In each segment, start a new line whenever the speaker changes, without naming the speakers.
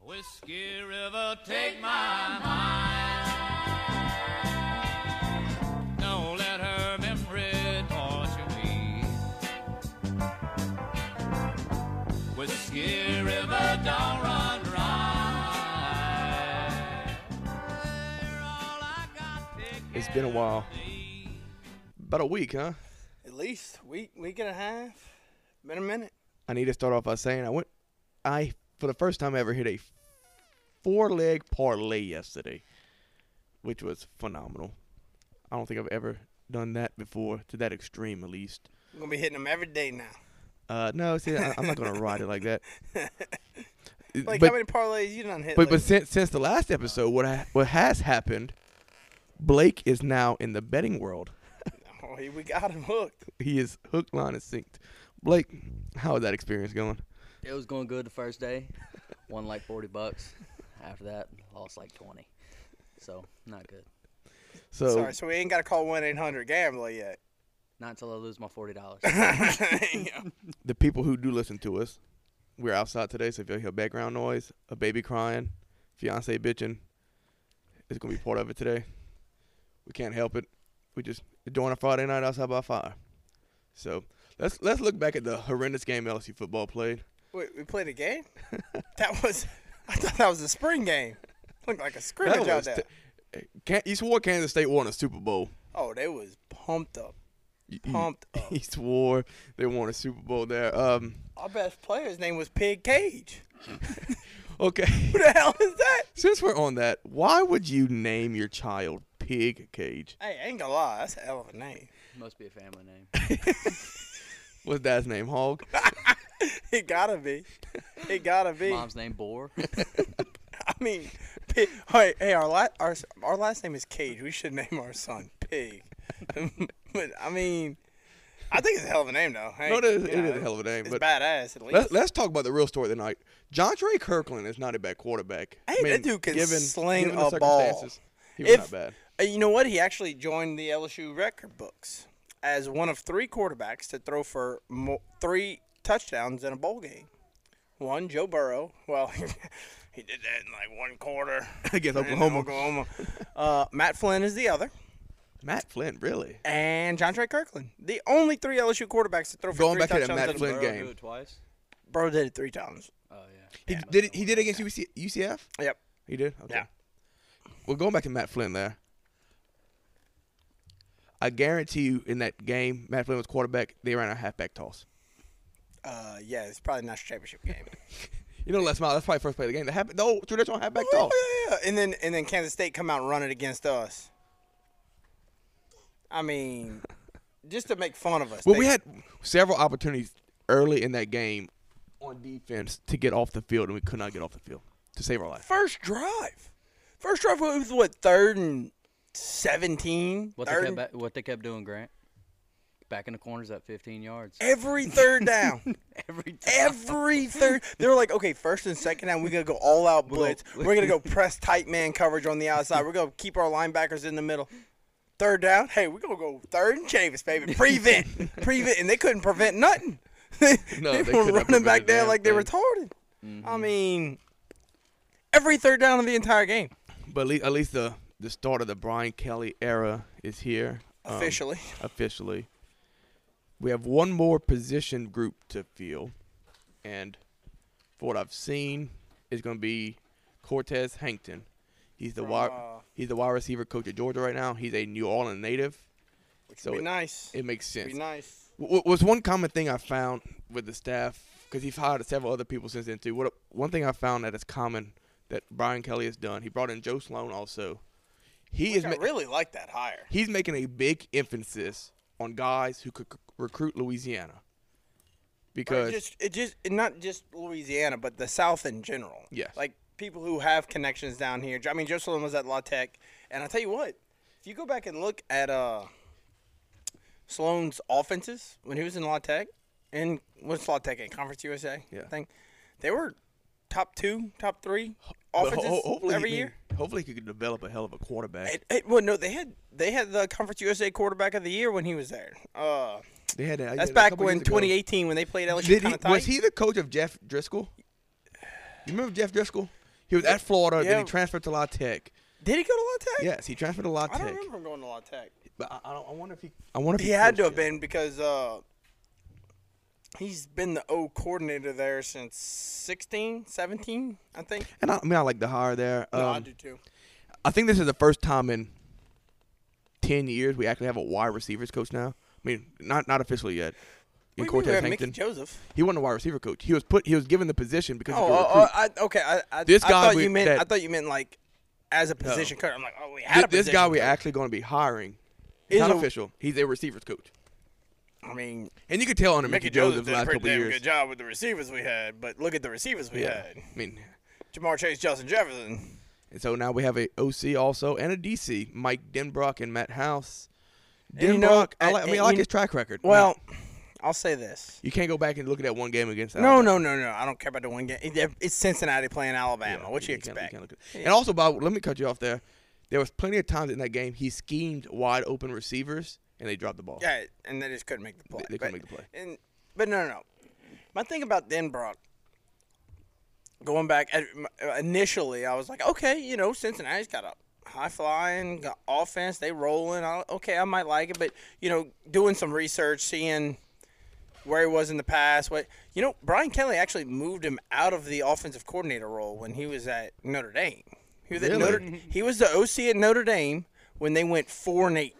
Whiskey River, take my mind. Don't let her memory torture me. Whiskey River, don't run dry. All I got to
It's been a while.
give.
About a week, huh?
At least week, week and a half. Been a minute.
I need to start off by saying I went, I for the first time ever hit a four leg parlay yesterday, which was phenomenal. I don't think I've ever done that before to that extreme, at least.
I'm gonna be hitting them every day now.
Uh, no, see, I, I'm not gonna ride it like that.
Like
but,
how many parlays you done hit?
but but
lately?
since since the last episode, what I, what has happened? Blake is now in the betting world.
oh, he- we got him hooked.
He is hook, line, and sinked. Blake, how is that experience going?
It was going good the first day. Won like 40 bucks. After that, lost like 20. So, not good.
So
Sorry, so we ain't got to call one eight hundred gambler yet.
Not until I lose my $40.
Yeah.
the people who do listen to us, we're outside today, so if you hear background noise, a baby crying, fiance bitching, it's gonna be part of it today. We can't help it. We just doing a Friday night outside by fire. So let's let's look back at the horrendous game LSU football played.
Wait, we played a game? That was. I thought that was a spring game. Looked like a scrimmage out
was
there.
t- Can- you swore Kansas State won a Super Bowl.
oh, they was pumped up.
You- you-
Pumped up.
He swore they won a Super Bowl there. Um,
Our best player's name was Pig Cage.
okay.
Who the hell is that?
Since we're on that, why would you name your child Pig Cage?
Hey, I ain't gonna lie, that's a hell of a name.
Must be a family name.
What's dad's name? Hog.
It gotta be. It gotta be.
Mom's name, Boar.
I mean, pig. Hey, hey, our last our s- our last name is Cage. We should name our son Pig. but I mean, I think it's a hell of a name though. Hey,
No, it is,
you
it
know,
is a hell of a name.
It's
But
badass at least.
let's, let's talk about the real story tonight. John Trey Kirkland is not a bad quarterback.
Hey, that dude can sling
the
a ball.
circumstances, He was
If-
not bad.
Uh, you know what? He actually joined the LSU record books as one of three quarterbacks to throw for mo- three touchdowns in a bowl game. One, Joe Burrow. Well, he did that in like one quarter.
Against
in
Oklahoma.
Oklahoma. Uh, Matt Flynn is the other,
Matt Flynn, really?
and John Trey Kirkland, the only three LSU quarterbacks to throw for
Going
three
back to that
touchdowns
Matt
in a
Flynn
bowl.
game.
do it twice?
Burrow did it three times.
Oh, yeah.
He did. It, he did against UC, UCF.
Yep.
He did. Okay.
Yeah.
Well, going back to Matt Flynn there. I guarantee you, in that game, Matt Flynn was quarterback. They ran a halfback toss.
Uh, yeah, it's probably not a championship game.
You know, that's my that's probably first play of the game. The half, the old traditional halfback toss.
Oh, Yeah, and then and then Kansas State come out and run it against us. I mean, just to make fun of us.
Well,
they-
we had several opportunities early in that game on defense to get off the field, and we could not get off the field to save our life.
first drive. First drive was what third and seventeen.
What they,
third
kept
and-
ba- what they kept doing, Grant? Back in the corners at 15 yards.
every third down.
Every time.
Every third, they were like, okay, first and second down, we're gonna go all out blitz. We're gonna go press tight man coverage on the outside. We're gonna keep our linebackers in the middle. Third down, hey, we're gonna go third and Chavis, baby. Prevent, prevent, and they couldn't prevent nothing. they,
No, they
were
could not
running
prevent Mm-hmm. a
back there
damn
like they were
thing.
retarded. I mean, every third down of the entire game,
But at least, at least the the start of the Brian Kelly era is here um,
officially.
officially. We have one more position group to fill, and for what I've seen, is going to be Cortez Hankton. He's the
From,
wide
uh,
he's the wide receiver coach at Georgia right now. He's a New Orleans native, so
be
it,
nice.
it makes sense.
be nice.
W- was one common thing I found with the staff because he's hired several other people since then too. What one thing I found that is common that Brian Kelly has done. He brought in Joe Sloan also. He is
I
ma-
really like that hire.
he's making a big emphasis on guys who could c- recruit Louisiana
Or
because
just it just and not just Louisiana, but the South in general.
Yes.
Like people who have connections down here. I mean, Jocelyn was at La Tech, and I tell you what, if you go back and look at uh Sloan's offenses when he was in La Tech, and what's La Tech in Conference USA?
Yeah.
I think they were top two, top three
but
offenses
ho- hopefully he
every
can-
year.
Hopefully, he could develop a hell of a quarterback.
It, it, well, no, they had they had the Conference USA quarterback of the year when he was there. Uh,
they had that,
that's
a
back
couple
when
years ago.
2018 when they played LSU
Did he,
kind of tight.
was he the coach of Jeff Driscoll? You remember Jeff Driscoll? He was at Florida, then
Yeah.
he transferred to La Tech.
Did he go to La Tech?
Yes, he transferred to La
I don't
Tech.
remember him going to La Tech.
But I, I, don't, I wonder if he. I wonder if
He had to have
coached
been because uh, he's been the O coordinator there since 16, 17, I think.
yet. And I, I mean, I like the hire there. Um,
no, I do too.
I think this is the first time in ten years we actually have a wide receivers coach now. I mean, not not officially yet. In
What do you mean we
Cortez
have Mickey
Hankton,
Joseph.
he wasn't a wide receiver coach. He was put. He was given the position because
Oh,
he could
oh,
recruit.
oh, I, okay. I, I,
This
I
guy
thought
we-
you meant.
that-
I thought you meant like as a position coach. I'm like, oh, we
Thi-
had a
this
position
guy we
coach.
actually going to be hiring.
Is
It's not
a-
official. He's a receivers coach,
I mean,
and you could tell under
Mickey,
Mickey, Joseph's
Joseph did a
last
pretty
couple
damn
years.
good job with the receivers we had, but look at the receivers we
Yeah,
had:
I mean,
Jamar Chase, Justin Jefferson.
and so now we have a OC also and a DC, Mike Denbrock and Matt House. Denbrock,
And you know,
I, like, I
and-
mean, I
and
like
you-
his track record. I mean,
Well, I'll say this.
you can't go back and look at that one game against.
No, no, no, no. I don't care about the one game. It- It's Cincinnati playing Alabama. what you
can't-
expect?
can't look at- And also, Bob, let me cut you off there. There was plenty of times in that game he schemed wide open receivers and they dropped the ball.
Yeah, and they just couldn't make the play.
they couldn't
but,
make the play.
And but no, no, no. My thing about Denbrock, going back at, initially, I was like, okay, you know, Cincinnati's got a high flying got offense. They rolling. I, okay, I might like it, but you know, doing some research, seeing where he was in the past, what you know, Brian Kelly actually moved him out of the offensive coordinator role when he was at Notre Dame. He was, at
Really?
Notre, he was the OC at Notre Dame when they went four and eight.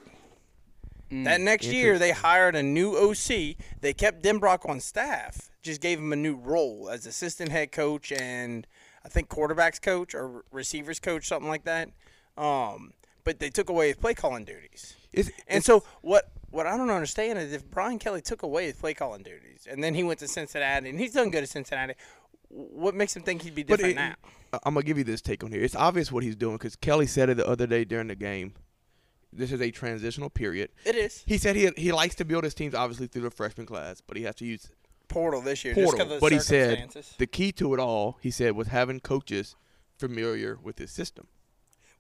Mm,
That next year, they hired a new OC. They kept Denbrock on staff, just gave him a new role as assistant head coach and I think quarterbacks coach or receivers coach, something like that. Um, but they took away his play calling duties.
It's-
And so what? What I don't understand is if Brian Kelly took away his play calling duties and then he went to Cincinnati and he's done good at Cincinnati, what makes him think he'd be different
it-
now?
I- I'm gonna give you this take on here. It's obvious what he's doing because Kelly said it the other day during the game. This is a transitional period.
It is
He said he he likes to build his teams obviously through the freshman class, but he has to use
portal this year. just 'cause
portal.
of the
But he said
circumstances.
the key to it all, he said, was having coaches familiar with his system.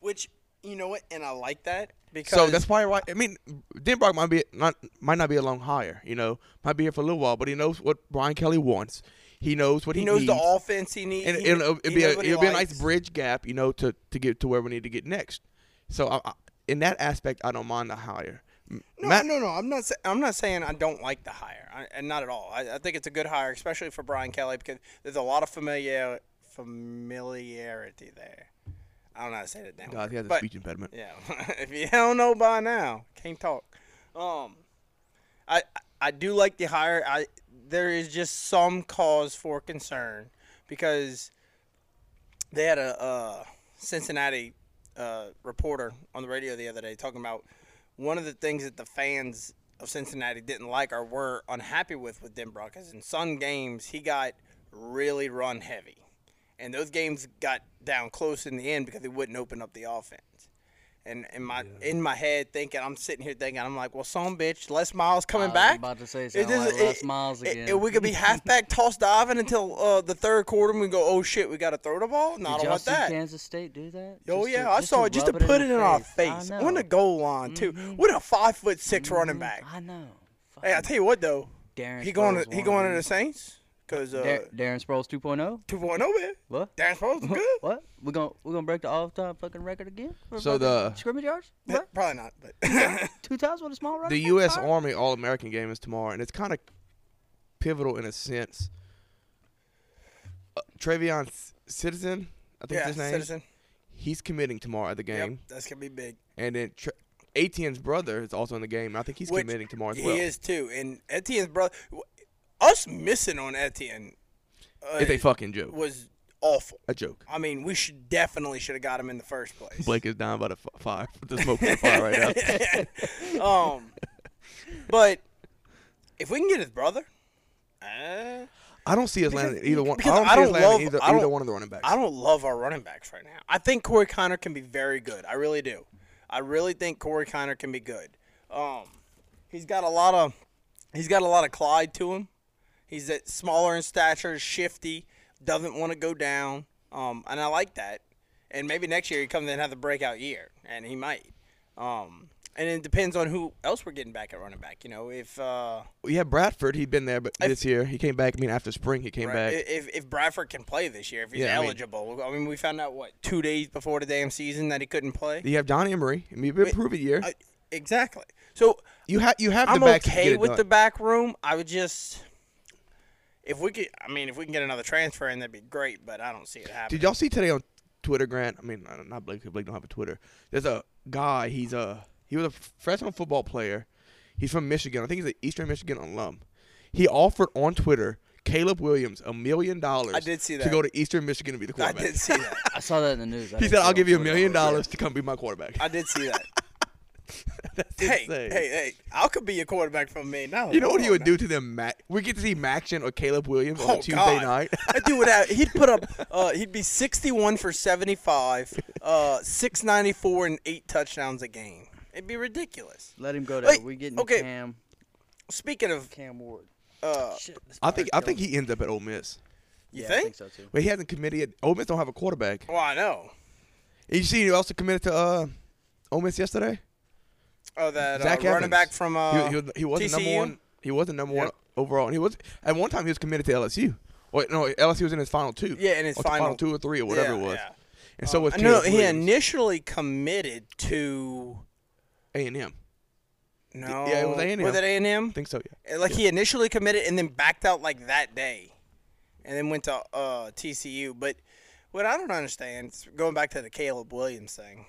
which you know what, and I like that because
So that's probably why. I mean, Denbrock might be not might not be a long hire. You know, might be here for a little while, but he knows what Brian Kelly wants. He knows what he,
He knows
needs.
the offense he needs.
E and
he,
it'll, it'll
he
be a,
knows what he
it'll be a nice
likes.
bridge gap, you know, to to get to where we need to get next. So I, I, in that aspect, I don't mind the hire. M-
No,
Matt,
no, no. I'm not. Sa- I'm not saying I don't like the hire, I, and not at all. I, I think it's a good hire, especially for Brian Kelly, because there's a lot of familiar familiarity there. I don't know how to say that damn.
God,
word,
he has a
but-
speech impediment.
Yeah, if you don't know by now, can't talk. Um, I I do like the hire. I there is just some cause for concern because they had a uh, Cincinnati uh, reporter on the radio the other day talking about one of the things that the fans of Cincinnati didn't like or were unhappy with with Denbrock is in some games he got really run heavy, and those games got down close in the end because they wouldn't open up the offense. And in my in my head thinking, I'm sitting here thinking, I'm like, well, some bitch, Les Miles
I
coming
was
back.
about to say
It
something like
just-
Les
it-
Miles
it-
again.
it- we could be halfback toss diving until uh, the third quarter, and we go, oh shit, we got to throw the ball. Not
Did y'all
about
see
that.
Kansas State do that?
Oh
Just
yeah,
to-
I saw it just to
rub
put it in
the
our
I
face
know.
on the goal line too. What a five foot 6 running
Mhm.
back.
I know.
Hey, I tell you what though,
Darren
he going to,
Sproles
he
one
going to
of
the
these.
Saints because uh,
Dar- Darren Sproles 2.0.
two point over.
What?
Darren Sproles is good.
What? We're going we're going to break the all-time fucking record again? For
So
fucking
the-
scrimmage yards? What?
Probably not, but
Two times with a small running
The
back?
U.S.
Fire?
Army All American game is tomorrow, and it's kind of pivotal in a sense. Uh, Travion C- Citizen, I think is
yeah,
his name.
citizen.
He's committing tomorrow at the
Yep,
game,
that's gonna be big.
and then Tra- ATN's brother is also in the game, and I think he's
Which
committing tomorrow as
He
well.
is too, and Etienne's brother. Us missing on Etienne uh,
It's a fucking joke.
was awful.
a joke.
I mean, we should definitely should have got him in the first place.
Blake is down by the f- fire, the smoke from the fire right now.
um, but if we can get his brother, uh,
I don't see us landing either one. I
because
don't,
I
see us
don't
landing
love-
either,
I don't-
either one of the running backs.
I don't love our running backs right now. I think Corey Connor can be very good. I really do. I really think Corey Connor can be good. Um, he's got a lot of he's got a lot of Clyde to him. He's that smaller in stature, shifty, doesn't want to go down. Um, and I like that. And maybe next year he comes in and have the breakout year, and he might. Um, And it depends on who else we're getting back at running back. You know, if uh,
We had Bradford. He'd been there, but
I-
this year he came back. I mean, after spring he came
right,
back.
i- if if Bradford can play this year, if he's
Yeah, I mean-
eligible. I mean, we found out what two days before the damn season that he couldn't play.
you have Donnie Emery. I mean, you've been
Wait,
proven year.
I- exactly. So
you have you have
I'm
the backs to get
okay
it
with
done.
the back room. I would just if we could. I mean, if we can get another transfer in, that'd be great. But I don't see it happening.
Did y'all see today on Twitter, Grant? I mean, uh, not Blake. 'cause Blake don't have a Twitter. There's a guy. He's a he was a professional football player. He's from Michigan. I think he's an Eastern Michigan alum. He offered on Twitter Caleb Williams a million dollars.
I did see
to
that.
go to Eastern Michigan to be the
I
quarterback.
did see that.
I saw that in the news. I
He said,
didn't see it
"I'll
on
give you a
Twitter.
million dollars to come be my quarterback."
I did see that.
That's
hey, hey,
insane.
hey! I could be your quarterback for me now.
You know what he would do to them? Mac- we get to see Maxion or Caleb Williams on a
Oh,
Tuesday
God.
night.
That dude would have. He'd put up. Uh, he'd be 61 for 75, uh, 694 and eight touchdowns a game. It'd be ridiculous.
Let him go there.
Wait,
We're getting
okay.
Cam
Speaking of,
Cam Ward.
uh,
Shit, this
I think
fire's
I think
killing me.
he ends up at Ole Miss.
you
Yeah, I
think?
think so too.
But he hasn't committed. yet. Ole Miss don't have a quarterback.
Well, I know.
And you see who else committed to uh, Ole Miss yesterday?
Oh, that uh,
Zach
running
Evans.
back from uh,
he, he, was- he was the number
TCU?
one. He was the number one
Yep.
overall, and he was at one time he was committed to LSU. Or no, LSU was in his final two.
Yeah, in his
Or
final-
two or three or whatever
Yeah,
it was.
yeah. Um,
And so was
I know
Caleb
he
Williams,
initially committed to
A and M.
no.
yeah, it was A&M.
Was it A and
I think so. Yeah.
Like he initially committed and then backed out like that day, and then went to uh, TCU. But what I don't understand, is going back to the Caleb Williams thing.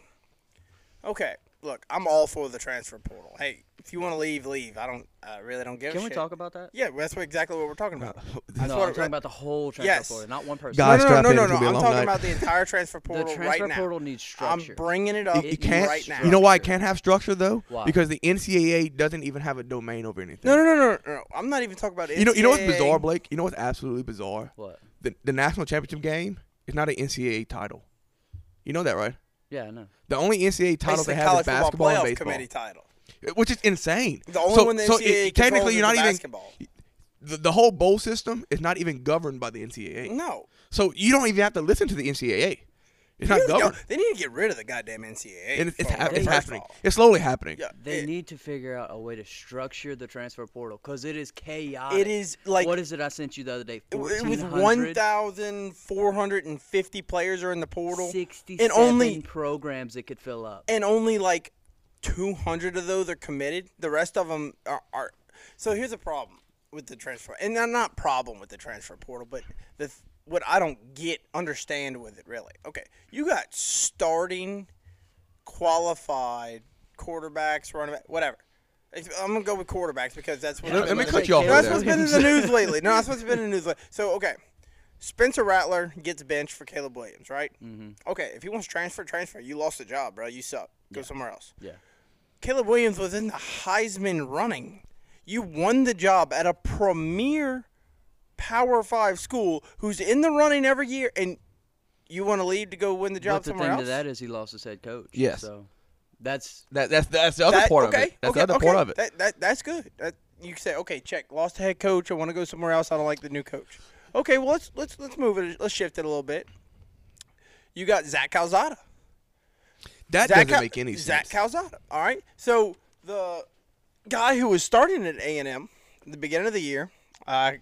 Okay, look, I'm all for the transfer portal. Hey, if you want to leave, leave. I don't. I really don't give.
Can
a
we
shit.
talk about that?
Yeah, that's what, exactly what we're talking about.
No, I'm
what it-
talking about the whole transfer
Yes.
portal, not one person.
Guys,
no, no,
strap
no,
in,
no,
it's
no.
gonna be a
I'm
long
talking
night.
about the entire transfer portal
the transfer
right now.
portal needs
I'm
structure.
bringing it up
You,
It
you
needs
can't.
right now.
You know why it can't have structure though?
Why?
Because the NCAA doesn't even have a domain over anything.
No, no, no, no, no, no. I'm not even talking about
You know. You know what's
NCAA.
bizarre, Blake? You know what's absolutely bizarre?
what?
The the national championship game is not an NCAA title. You know that, right?
Yeah, I know.
The only NCAA title they
Basically,
have is
college football
basketball
playoff
and baseball.
committee title.
which is insane.
The only
so,
one the
so
NCAA
it- technically
controls
you're not
is
even
basketball.
the, the whole bowl system is not even governed by the NCAA.
No,
So you don't even have to listen to the NCAA. It's not
Really don't.
governed.
They need to get rid of the goddamn NCAA.
And it's, it's,
from-
hap- it's
first of
happening.
all.
It's slowly happening.
Yeah,
They
it-
need to figure out a way to structure the transfer portal because it is chaotic.
It is like
what is it I sent you the other day?
w- with
1,400,
1,450 players are in the portal,
67
and only
programs it could fill up.
and only like 200 of those are committed. The rest of them are. are so here's a problem with the transfer, and not- not problem with the transfer portal, but the th- what I don't get understand with it really. Okay, you got starting qualified quarterbacks, running back, whatever. If- I'm gonna go with quarterbacks because that's what.
Let, let me
Let's
cut
take
you off.
care
No,
of
right
that's
that.
there.
what's been in the news lately. No, that's what's been in the news lately. So okay, Spencer Rattler gets benched for Caleb Williams, right? Mm-hmm. Okay, if he wants transfer, transfer. You lost the job, bro. You suck. Go somewhere else.
Yeah.
Caleb Williams was in the Heisman running. You won the job at a premier Power Five school who's in the running every year, and you want to leave to go win the job
But the
somewhere
thing
else.
to that is he lost his head coach.
Yes.
So that's
That, that's that's the other
That-
part
okay,
of it. That's
okay,
the other
okay.
part of it.
That, that, that's good. That, you say, okay, check. Lost the head coach. I want to go somewhere else. I don't like the new coach. Okay, well let's let's let's move it. Let's shift it a little bit. You got Zach Calzada.
that
Zach
doesn't
Cal-
make any sense.
Zach Calzada. All right. So the guy who was starting at A and M at the beginning of the year, uh,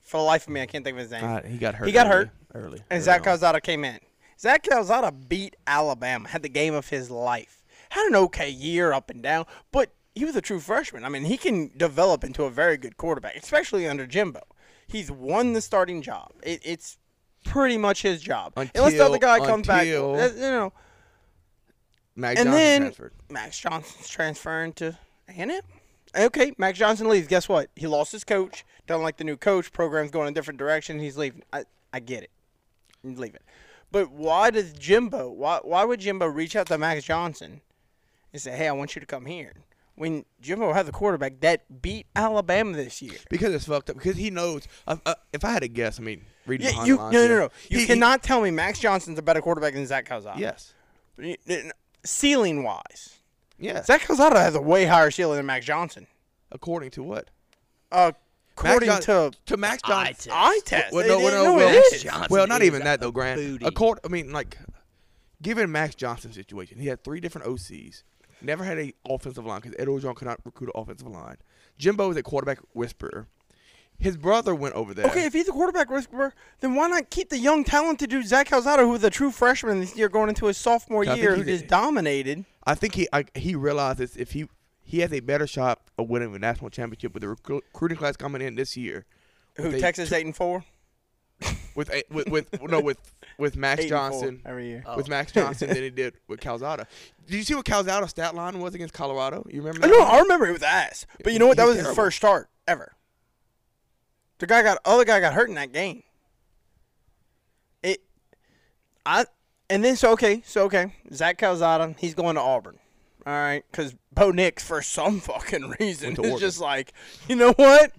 for the life of me, I can't think of his name.
God, Uh, he got hurt.
He got
early-
hurt.
early.
And
early
Zach
on.
Calzada came in. Zach Calzada beat Alabama, had the game of his life. Had an okay year up and down, but he was a true freshman. I mean, he can develop into a very good quarterback, especially under Jimbo. He's won the starting job. It, it's pretty much his job. Unless the other
Until-
guy comes back, you
until-
know.
Mac
And
Johnson
then
transferred.
Max Johnson's transferring to A&M. Okay, Max Johnson leaves. Guess what? He lost his coach. Don't like the new coach. Program's going in a different direction. He's leaving. I, I get it. Leave it. But why does Jimbo? Why why would Jimbo reach out to Max Johnson and say, "Hey, I want you to come here"? When Jimbo had the quarterback that beat Alabama this year.
Because it's fucked up. Because he knows. Uh, uh, if I had to guess, I mean, reading
Yeah,
behind
you
the
no
lines
no
here,
no. You
he- he-
cannot tell me Max Johnson's a better quarterback than Zach Calzada.
yes.
Ceiling wise,
Yes.
Zach Calzada has a way higher ceiling than Max Johnson.
According to what? Mac
according
John-
to
to Max
eye
Johnson.
test.
eye test.
Well,
They
no, well,
didn't
no,
know it
well,
is.
Johnson
well, not
is
even
a
that though, Grant.
booty.
Accord, I mean, like, given Max Johnson's situation, he had three different OCs. Never had a offensive line because Ed Orgeron could not recruit an offensive line. Jimbo is a quarterback whisperer. His brother went over there.
Okay, if he's a quarterback whisperer, then why not keep the young, talented dude Zach Calzada, who's a true freshman this year, going into his sophomore
I think
year, who
he's a-
just dominated?
I think he I, he realizes if he he has a better shot of winning the national championship with the recru- recruiting class coming in this year.
Who
with a
Texas
two-
eight and four?
with a, with with no with with Max
Eight and four
Johnson
every year.
Oh.
with Max Johnson than he did with Calzada. Did you see what Calzada's stat line was against Colorado? You remember?
I
That
know.
one?
I remember it was ass. But you know what? That
He's
was his
terrible.
first start ever. The guy got other guy got hurt in that game. It, I, and then so okay, so okay, Zach Calzada, he's going to Auburn. All right, because Bo Nix, for some fucking reason,
to
is
Oregon.
just like, you know what?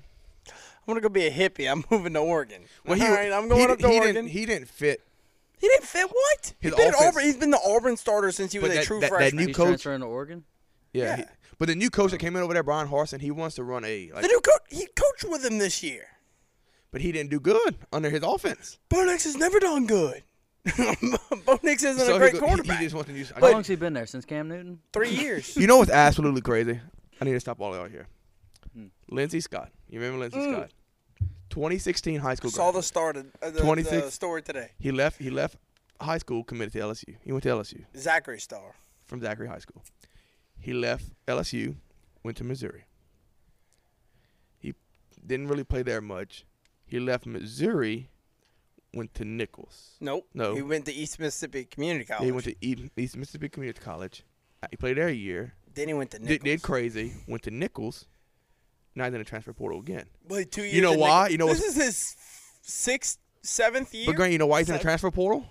I'm gonna go be a hippie. I'm moving to Oregon.
Well, he,
all right, I'm
he,
going
di-
up to
he
Oregon.
Didn't,
he,
he didn't fit.
didn't fit what? He's
His
been, at
offense-
Auburn, he's been the Auburn starter since he was
But
a
that-
true
that- that
freshman.
new
He's
coach-
transferring to Oregon.
Yeah.
Yeah.
he- but the new coach that came in over there, Brian Harson, he wants to run a. Like,
the new coach, he coached with him this year.
but he didn't do good under his offense.
Bo Nix has never done good. Bo Nix isn't
So
a
he
great
go- he- He,
quarterback.
just wants to use.
How long's he been there since Cam Newton?
Three years.
you know what's absolutely crazy? I need to stop all out here.
Hmm.
Lindsey Scott. You remember Lindsey Scott? 2016 high school.
Mm. Saw
graduate.
the start of uh, the,
26.
the story today.
He left. He left high school, committed to LSU. He went to LSU.
Zachary Star.
from Zachary High School. He left LSU, went to Missouri. He didn't really play there much. He left Missouri, went to Nichols.
Nope.
No.
He went to East Mississippi Community College.
He went to E- East Mississippi Community College. Uh, He played there a year.
then he went to
Did,
Nichols.
did crazy. Went to Nichols. Now he's in the transfer portal again.
Played two years.
know
at
why?
Nichols.
You know
this
what's-
is his sixth, seventh year.
But Grant, you know why he's in the
Seven-
transfer portal?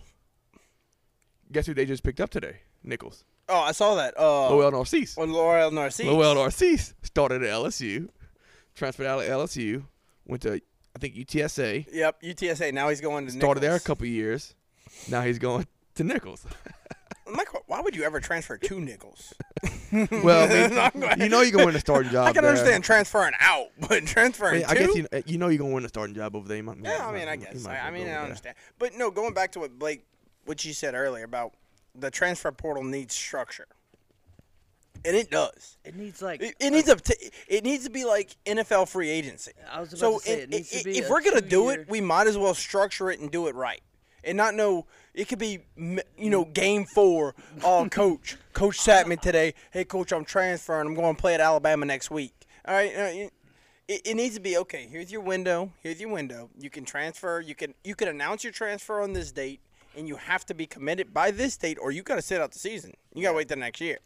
Guess who they just picked up today? Nichols.
Oh, I saw that. Uh,
Lowell Narcisse.
on L'Oreal Narcisse.
Lowell Narcisse started at LSU, transferred out of LSU, went to I think UTSA,
Yep. UTSA. Now he's going to
started there a
Nichols.
couple years. Now he's going to Nichols.
My qu- why would you ever transfer to Nichols?
well, I mean,
I'm
you know you're gonna win a starting job.
I can
there.
understand transferring out, but
I,
transferring
mean, I
to.
guess you, you know you're gonna win a starting job over there. You might, you
Yeah, I
might-
mean, I
you
guess.
might
I, I
go
mean,
over
I
there.
understand. But no, going back to what Blake, what you said earlier about the transfer portal needs structure, and it does.
It needs like uh,
It, it needs a. T- it needs to be like NFL free agency.
I was about
so
to say,
it-
it needs to
it-
be
if
a
we're gonna do
two-year-
it, we might as well structure it and do it right, and not know. It could be, m- you know, game four. Oh, coach, coach sat me today. Hey, coach, I'm transferring. I'm going to play at Alabama next week. All right. uh, you- it, it needs to be okay. Here's your window. Here's your window. You can transfer. You can you can announce your transfer on this date, and you have to be committed by this date, or you got to sit out the season. You got to wait till next year.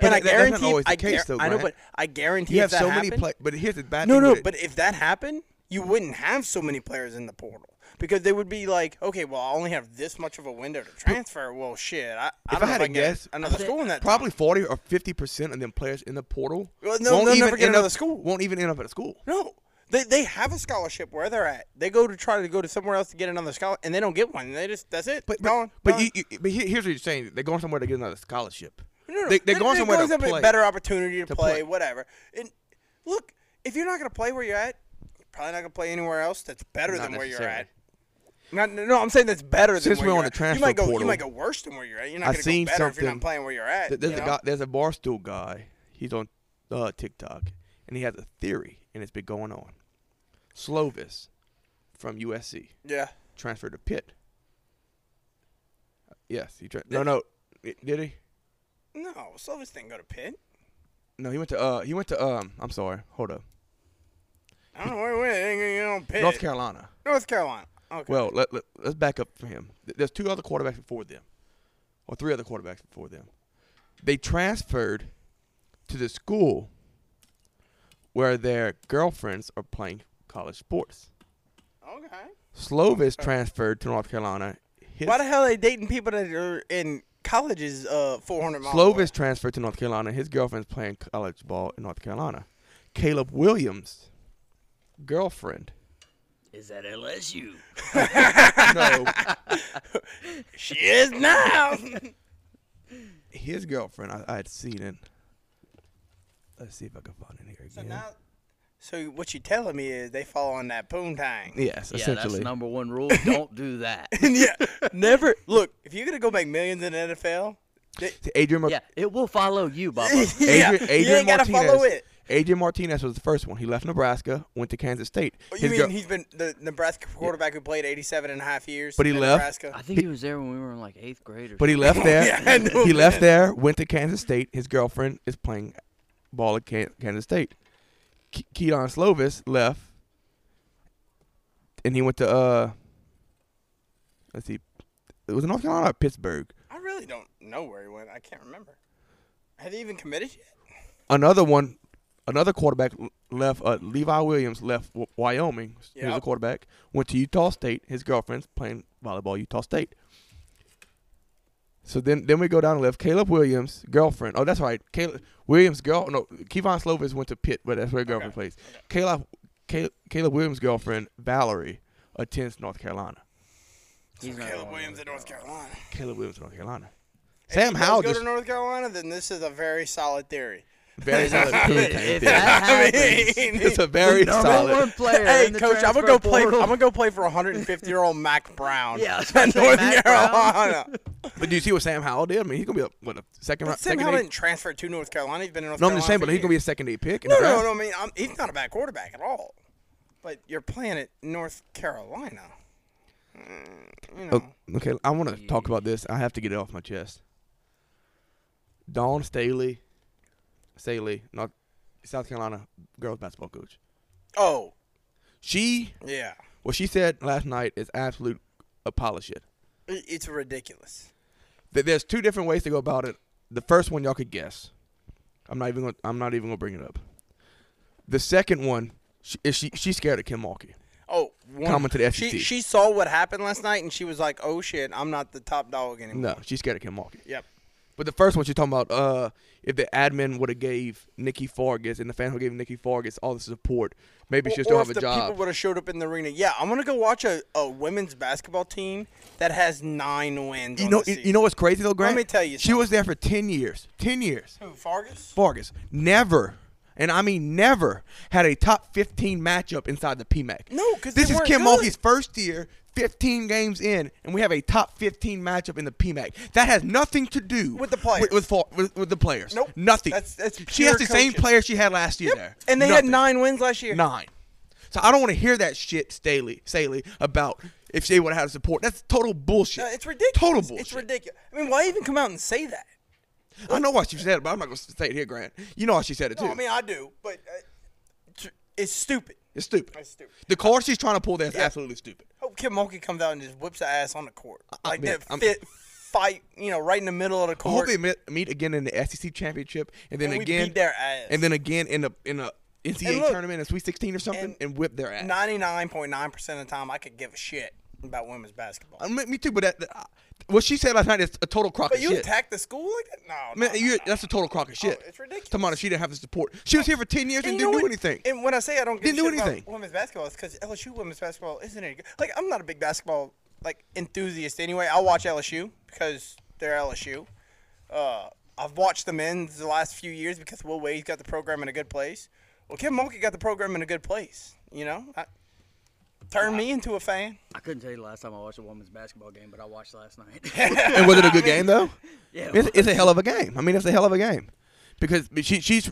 But
And I
that- that's not
guarantee.
always the
I, guar-
case, though,
I know,
Grant.
but I guarantee
You have
if that
so many
happened-
players, but here's the bad
No,
thing
no,
with it.
but if that happened, you wouldn't have so many players in the portal because they would be like, okay, well, I only have this much of a window to transfer. Well, shit, I,
If
I don't
I
know
had
if
to
I can get
guess,
another school in that. time.
probably 40 or 50 percent of them players in the portal
Well, no,
won't
they'll
even
never get
end
another
up,
school.
Won't even end up at a school.
No, they they have a scholarship where they're at. They go to try to go to somewhere else to get another scholarship, and they don't get one. They just that's it.
But but,
gone,
but
gone.
you, you but here- here's what you're saying. They're going somewhere to get another scholarship.
No, no,
they, they're
no,
going
no,
somewhere to
somewhere
play.
better opportunity to, play,
play.
whatever. And look, if you're not going to play where you're at, you're probably not going to play anywhere else that's better
Not
than where you're
necessarily.
at. Not, no, I'm saying that's better than
Since
where
we're
you're
on the
at.
transfer
you might go,
portal,
You might go worse than where you're at. You're
I
not going to
seen
go better if you're
something-
not playing where you're at.
Th- There's
you
a
know?
guy. There's a barstool guy. He's on uh, TikTok, and he has a theory, and it's been going on. Slovis from USC
Yeah.
transferred to Pitt. Uh, Yes, he tra- no no i- did he?
No, Slovis didn't go to Pitt.
No, he went to uh he went to um I'm sorry hold up
I don't know where he went. He didn't go to Pitt.
North Carolina.
North Carolina. Okay.
Well, let, let, us back up for him. Th- There's two other quarterbacks before them, or three other quarterbacks before them. They transferred to the school where their girlfriends are playing college sports.
okay.
Slovis transferred to North Carolina. His,
Uh, Why the hell are they dating people that are in colleges uh 400 miles away?
Slovis transferred to North Carolina. His girlfriend's playing college ball in North Carolina. Caleb Williams' girlfriend.
is that LSU?
no,
She is now.
his girlfriend. I, I had seen it. Let's see if I can find it here again.
so now, so what you telling me is they fall on that poontang.
yes,
Yeah, that's
essentially.
number one rule. Don't do that.
yeah, never. Look, if you're gonna go make millions in the NFL,
See, Adrian, Mar-
Yeah, it will follow you, Bubba.
yeah,
Adrian, Adrian
you ain't gotta
Martinez.
follow it.
Adrian Martinez was the first one. He left Nebraska, went to Kansas State.
Oh, You
His
mean
girl-
he's been the Nebraska quarterback who played 87 and a half years?
But he
at
left.
Nebraska.
I think he was there when we were in like eighth grade or
but he left there.
Yeah, I know,
he left
man.
there, went to Kansas State. His girlfriend is playing ball at Can- Kansas State. Ke- Keon Slovis left, and he went to uh, let's see, it was North Carolina or Pittsburgh.
I really don't know where he went. I can't remember. Had he even committed yet?
Another one, another quarterback l- left. Uh, Levi Williams left w- Wyoming. He was a
Yep.
quarterback. Went to Utah State. His girlfriend's playing volleyball Utah State. So then, then we go down the left. Caleb Williams' girlfriend. Oh, that's right. Caleb Williams' girl. No, Kevon Slovis went to Pitt, but that's where her girlfriend plays. Caleb, Caleb, Caleb Williams' girlfriend Valerie attends North Carolina.
He's not
Caleb
going
Williams
to
at North Carolina.
Caleb Williams, North Carolina.
If
Sam
he does
Howell
go
just
to North Carolina, then this is a very solid theory.
very solid.
If that happens,
It's a very
the number
solid.
one player
Hey,
in the
coach, I'm
transfer
gonna go play. I'm
portal-
gonna go play for 150 year old Mac Brown.
Yeah, I was about
at
to say,
North
Mac Brown.
Carolina.
But do you see what Sam Howell did? I mean, he's gonna be a, what a second round.
But Sam
Second
Howell
eight-
didn't transfer to North Carolina. He's been in North
no, I'm
Carolina.
just saying,
for
but he's gonna be a
years.
second day pick. in
No,
the
no,
draft.
no. I mean, I'm, he's not a bad quarterback at all. But you're playing at North Carolina. Mm, you know.
O- Oh, Okay, I want to talk about this. I have to get it off my chest. Dawn Staley, Staley, North, South Carolina girls basketball coach.
Oh,
She,
yeah.
what she said last night is absolute a pile of shit.
I- It's ridiculous.
Th- There's two different ways to go about it. The first one y'all could guess. I'm not even. Gonna, I'm not even gonna bring it up. The second one she, is she. She's scared of Kim Mulkey.
Oh, one,
Coming to the
She,
SEC.
she saw what happened last night, and she was like, "Oh shit, I'm not the top dog anymore."
No, she's scared of Kim Mulkey.
Yep.
But the first one she's talking about, uh, if the admin would have gave Nikki Fargus and the fan who gave Nikki Fargus all the support, maybe she
or,
still
or
have
if
a
the people
job.
would have showed up in the arena. Yeah, I'm gonna go watch a, a women's basketball team that has nine wins.
You
on
know,
the
you, you
season.
know what's crazy though, Grant?
me tell you
she was there for ten years. Ten years.
Who, Fargus?
Fargus never, and I mean never, had a top fifteen matchup inside the PMAC.
No, 'cause
this is
they weren't
Kim
good.
Mulkey's first year, fifteen games in, and we have a top fifteen matchup in the PMAC. That has nothing to do
With the players.
With with, Far- with, with the players.
Nope.
Nothing.
That's- that's
she has the
pure
same
coaching.
players she had last year there.
And they
Nothing.
had nine wins last year.
nine. So I don't want to hear that shit, Staley, Staley, about if they would have had support. That's total bullshit.
No, Uh, it's ridiculous.
Total bullshit.
It's ridiculous. I mean, why even come out and say that?
I know why she said it, but I'm not gonna say it here, Grant. You know why she said it too.
No, I mean I do, but uh, it's, it's stupid.
it's stupid.
It's stupid.
The card she's trying to pull there is absolutely stupid.
Hope Kim Mulkey comes out and just whips her ass on the court, like
man,
that
I'm-
fit fight, you know, right in the middle of the
I hope
court.
they meet, meet again in the SEC championship, and then
And we
again,
beat their ass.
and then again in the in a NCAA
And look-
tournament in Sweet 16 or something, and,
and
whip their ass.
Ninety-nine point nine percent of the time, I could give a shit about women's basketball.
I mean, Uh, me too, but that, that- what she said last night is a total crock
But
of
you
shit.
attack the school like that? No,
Man,
no, no,
you-
no.
that's a total crock of shit.
it's ridiculous.
Tamana, she didn't have the support. She was here for 10 years and,
And you
didn't
know
do
what?
anything.
And when I say I don't give
Didn't
a
do
shit about
anything.
women's basketball, it's because LSU women's basketball isn't any good. Like I'm not a big basketball like enthusiast anyway. I'll watch LSU because they're LSU. Uh, I've watched the men's the last few years because Will Wade's got the program in a good place. Well, Kim Mulkey got the program in a good place. You know, I, turned me into a fan.
I couldn't tell you the last time I watched a women's basketball game, but I watched last night.
and was it a good game though?
Yeah, it
it's, it's a hell of a game. I mean, it's a hell of a game because she she's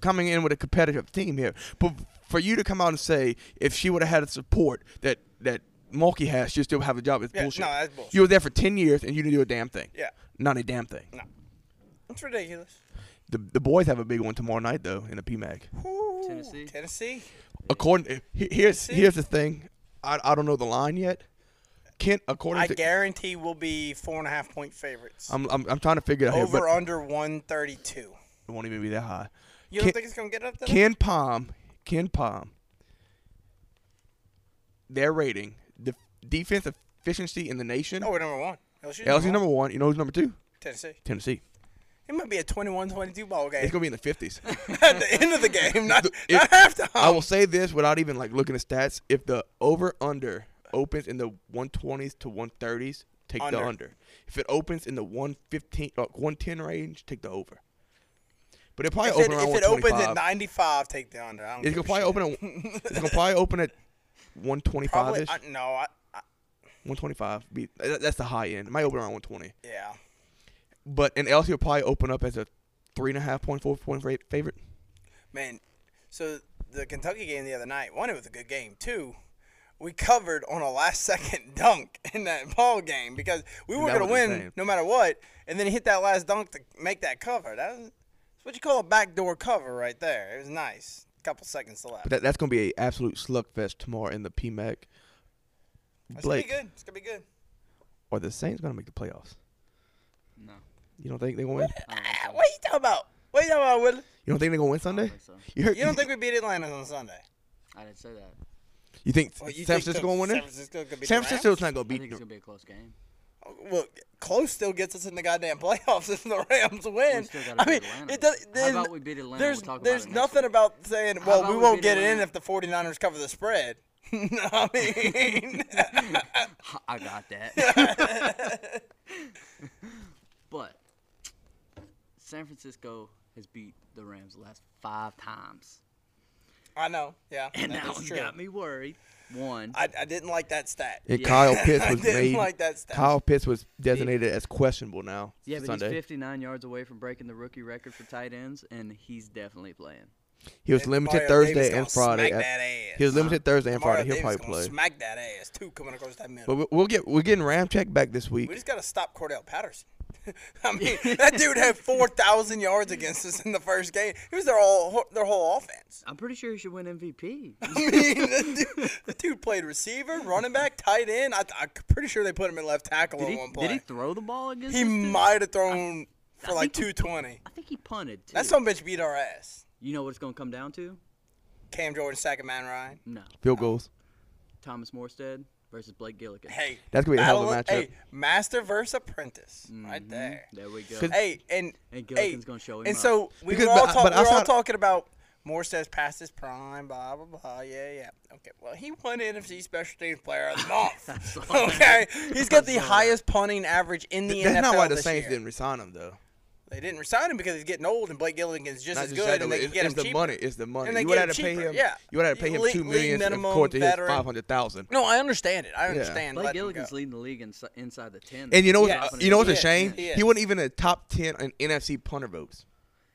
coming in with a competitive team here. But for you to come out and say if she would have had the support that that Mulkey has, she'd still have a job. It's
Yeah,
bullshit.
no, that's bullshit.
You were there for ten years and you didn't do a damn thing.
Yeah.
not a damn thing.
No, it's ridiculous.
The the boys have a big one tomorrow night though in the PMAC.
Ooh,
Tennessee?
Tennessee.
According eh, he- here's
See?
here's the thing, I I don't know the line yet. Kent according
I
to
guarantee we'll be four and a half point favorites.
I'm, I'm I'm trying to figure it out
Over
here,
under one thirty two.
but it won't even be that high.
You
Ken-
don't think it's gonna get up there?
Ken Palm, Ken Palm, their rating, the defense efficiency in the nation.
Oh, we're number one. LSU
LSU number one. You know who's number two?
Tennessee.
Tennessee.
It might be a 21-22 ball game
It's gonna be in the fifties.
at the end of the game, not,
it-
not halftime.
I will say this without even like looking at stats. If the over under opens in the one twenties to one thirties, take the
Under.
under. If it opens in the one fifteen uh, one ten range, take the over. But it probably
if
open
it,
around
if it opens
125.
at 95, take the under. I don't
It's
give
gonna
a
probably
shit.
open at it's gonna probably open at one twenty five
Probably,
ish.
I, no, I, I,
125. Be, that- that's the high end. It might open around 120.
yeah.
But and LSU will probably open up as a three and a half point, four point fa- favorite.
Man, so the Kentucky game the other night, one, it was a good game. Two, we covered on a last second dunk in that ball game because we were
that
going to
was
win
insane.
no matter what. And then he hit that last dunk to make that cover. That was, that's what you call a backdoor cover right there. It was nice. couple seconds left.
But that, that's going to be an absolute slugfest tomorrow in the PMAC.
That's going
Blake,
to be good. It's going to be good.
are the Saints going to make the playoffs?
No.
You don't think they're going to win?
I don't think
Ah,
so.
what are you talking about? What are you talking about, Will?
You don't think they're going to win Sunday?
think so.
You, heard,
You don't think we beat Atlanta on Sunday?
I didn't say that.
you think
Well, you
San
think
Francisco going to win
San
it?
Francisco could beat
San
the
Francisco's not going
Rams?
to
I
beat
think it's
them.
gonna be a close game.
Well, close still gets us in the goddamn playoffs if the Rams win.
still gotta
I mean,
beat Atlanta.
it does.
How
Then,
about we beat Atlanta?
There's
We'll talk about
there's
it next
nothing
week.
about saying,
How
well,
about
we
we
won't
beat
get it in
Atlanta?
if the 49ers cover the spread. I mean,
I got that. but San Francisco has beat the Rams the last five times,
I know. Yeah,
and that
that's
one
true.
got me worried. One,
I, I didn't like that stat.
And
Yeah.
Kyle Pitts
I
was
didn't
made.
like that stat.
Kyle Pitts was designated as questionable now.
yeah, but
Sunday.
he's 59 yards away from breaking the rookie record for tight ends, and he's definitely playing.
He was
And
limited
Mario Davis
Thursday
gonna
and Friday.
Smack
at-
that ass.
he was limited Thursday and
Mario
Friday. He'll
Davis
probably
gonna
play.
Smack that ass too, coming across that middle.
But we- we'll get we're getting Ram check back this
We
week.
just gotta stop Cordell Patterson. I mean, that dude had four thousand yards against us in the first game. He was their whole their whole offense.
I'm pretty sure he should win MVP.
I mean, the dude, the dude played receiver, running back, tight end. I, I'm pretty sure they put him in left tackle
Did
at
he,
one
did
point.
he throw the ball against?
He
us, dude?
might have thrown for
I
like
think he-
220.
I think he punted too.
That some bitch beat our ass.
you know what it's gonna come down to?
Cam Jordan, second man Ryan.
No,
Field goals.
Thomas Morstead versus Blake Gilligan.
Hey,
That's gonna be a hell of a
battle
matchup.
Hey, master versus apprentice,
Mm-hmm.
right there.
There we go.
'Cause-
Hey, and
And
hey,
Gilligan's gonna show him
and
up.
so we
Because-
were all,
but-
talk,
but
we were all
outside-
talking about Moore says past his prime, blah blah blah. Yeah, yeah. Okay, well he won NFC Special Teams Player of the Month.
saw that.
okay, he's got
I
the
saw that.
highest punting average in the NFL
That's not why the
this
Saints
year.
didn't resign him though.
They didn't resign him because he's getting old, and Blake Gilligan's just
Not
as
just
good,
that,
and
though,
they can
it's,
get
it's
him
the
cheaper.
money. It's the money.
And they
you
get
would have to
him
pay
cheaper,
him.
yeah.
You would have to pay him
League-
two
league
million and
minimum
court to his
veteran.
five hundred thousand.
No, I understand it. I understand.
Blake
letting him
Gilligan's
go.
leading the league in, inside the ten.
And you know what's
Yeah,
you know what's a
he is,
shame?
he is.
He wasn't even a top ten in NFC punter votes.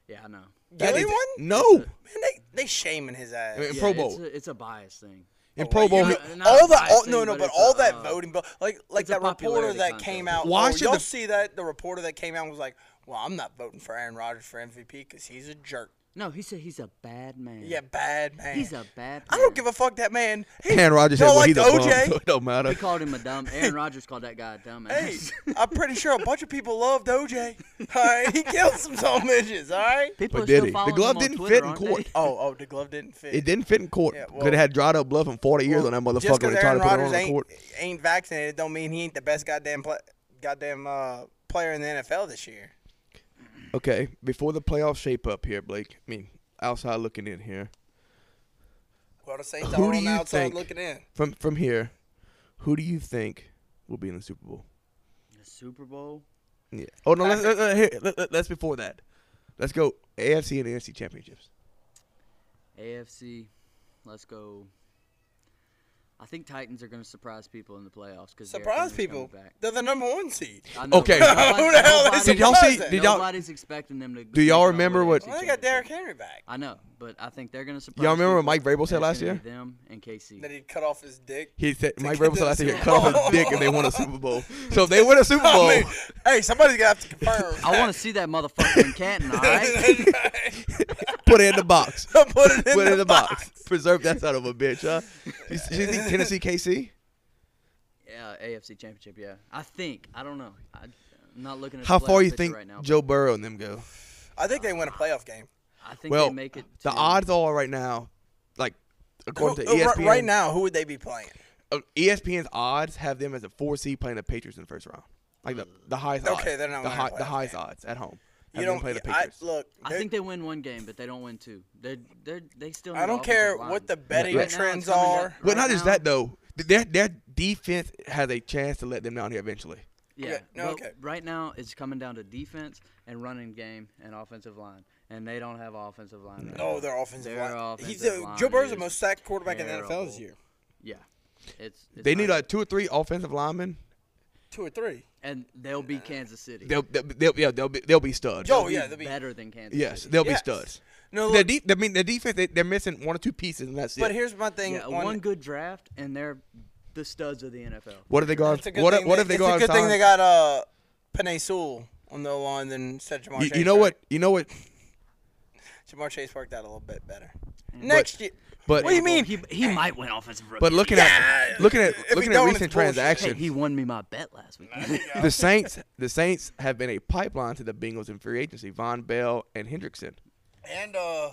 yeah, I know.
That is-
Gilly won?
No.
Man, they they shaming his ass.
I mean,
Yeah,
Pro
It's
Bowl.
a, it's a bias thing.
In
Oh,
Pro
wait,
Bowl,
you
he-
know-
he-
all that,
Not a
all,
bias
no,
thing,
no,
but
but
it's
all
a,
that
uh,
voting, but like, like
it's a
that reporter
popularity
that
contest.
came out.
Why
oh,
should
y'all
the-
see that? The reporter that came out and was like, "Well, I'm not voting for Aaron Rodgers for MVP because he's a jerk.
No, he said he's a bad man.
Yeah, bad man.
he's a bad. Man.
I don't give a fuck that man. He,
Aaron Rodgers said,
y'all
"Well,
like
he's a
the
bum, so
OJ.
it don't matter."
He called him a dumb. Aaron Rodgers called that guy a dumb
Hey,
ass.
I'm pretty sure a bunch of people loved OJ. All right, he killed some some bitches. All right.
People
But
are
did
still
he? The
following
glove
him on
didn't
Twitter,
fit in
aren't they?
court.
Oh, oh, the glove didn't fit.
It didn't fit in court.
Yeah, well-
Could have had dried up blood from forty years on that
Just
motherfucker
because
and tried
Aaron
to put it
Rodgers
on the
ain't,
court.
ain't vaccinated, don't mean he ain't the best goddamn pla goddamn uh, player in the NFL this year.
Okay, before the playoff shape up here, Blake. I mean, outside looking in here.
Well, the Saints
Who
are
do
on
you
the outside
think-
looking in.
From from here, who do you think will be in the Super Bowl?
The Super Bowl.
Yeah. Oh no, let's let, let, here, let, let, let's before that. Let's go AFC and NFC championships.
AFC, let's go. I think Titans are going to surprise people in the playoffs because
Surprise people.
Back.
They're the number one seed.
I know,
Okay.
but
Who the hell
nobody-
is
Did y'all see-
surprising?
did y'all-
Nobody's expecting them to.
Do y'all
go to
remember
the
what-
AFC
Well, they got Derrick
championship.
Henry back.
I know, but I think they're going to surprise.
Y'all remember what
people,
Mike Vrabel said
and it's
last
gonna
year?
be Them and KC.
That he'd cut off his dick.
He said Mike
get
Vrabel
to
said
the
last year
Super
cut off his
Bowl.
dick and they won a Super Bowl. So if they win a Super
I
Bowl,
mean, hey, somebody's gonna have to confirm.
I want to see that motherfucker in Canton. All right.
put it in the box.
Put it in the
Preserve that son of a bitch, huh? You, you think Tennessee KC?
Yeah, AFC Championship. Yeah, I think. I don't know. I, I'm not looking at.
How
the
far
playoff
you
picture
think
right now?
Joe Burrow and them go?
I think they win a playoff game.
I think
Well,
they make it.
the
to-
odds are right now, like according
Who-
to E
uh, ri-
ESPN,
Right now, who would they be playing?
uh, ESPN's odds have them as a four seed playing the Patriots in the first round, like the, the highest.
Okay,
odds.
they're not
the,
winning a
the
playoff
highest
game.
odds at home.
You
Have them
don't
play the
I-
Patriots.
look.
I
they-
think they win one game, but they don't win two. They're they're they still.
I
need
don't
offensive
care
line.
what the betting
Right now, it's
trends
coming down-
are.
Well,
right
not just
now-
that though. Th- Their their defense has a chance to let them down here eventually.
Yeah.
Okay, no,
but
okay.
Right now, it's coming down to defense and running game and offensive line, and they don't have offensive line. right
No,
now.
Oh, their offensive
Their
line. He's
offensive
the,
line
Joe Burrow's the
is
most sacked quarterback in the NFL this
terrible.
year.
Yeah. It's, it's
They need
not-
like two or three offensive linemen
two or three.
and they'll be Kansas City.
They'll, they'll, they'll, yeah, they'll be they'll be studs.
Yo,
They'll
Oh, yeah, they'll be-
better than Kansas.
yes,
City.
they'll be
Yes.
studs.
No,
Their
look,
de- I mean, the defense they, they're missing one or two pieces, and that's
but
it.
here's my thing.
Yeah,
on-
one good draft and they're the studs of the NFL.
what have they gone?
It's a good
What,
thing
what
they,
have they
it's
gone?
a good
sign-
thing they got uh, Panay Sewell on the line than said Jamar
you,
Chase.
you know
right?
what? You know what?
Jamar Chase worked out a little bit better.
Mm-hmm.
Next year.
But
What do you mean?
He, he might win offensive rookie.
but looking at looking at
we
looking at
don't, it's
recent
bullshit.
hey,
transactions,
he won me my bet last week.
the Saints the Saints have been a pipeline to the Bengals in free agency. Von Bell and Hendrickson.
And uh,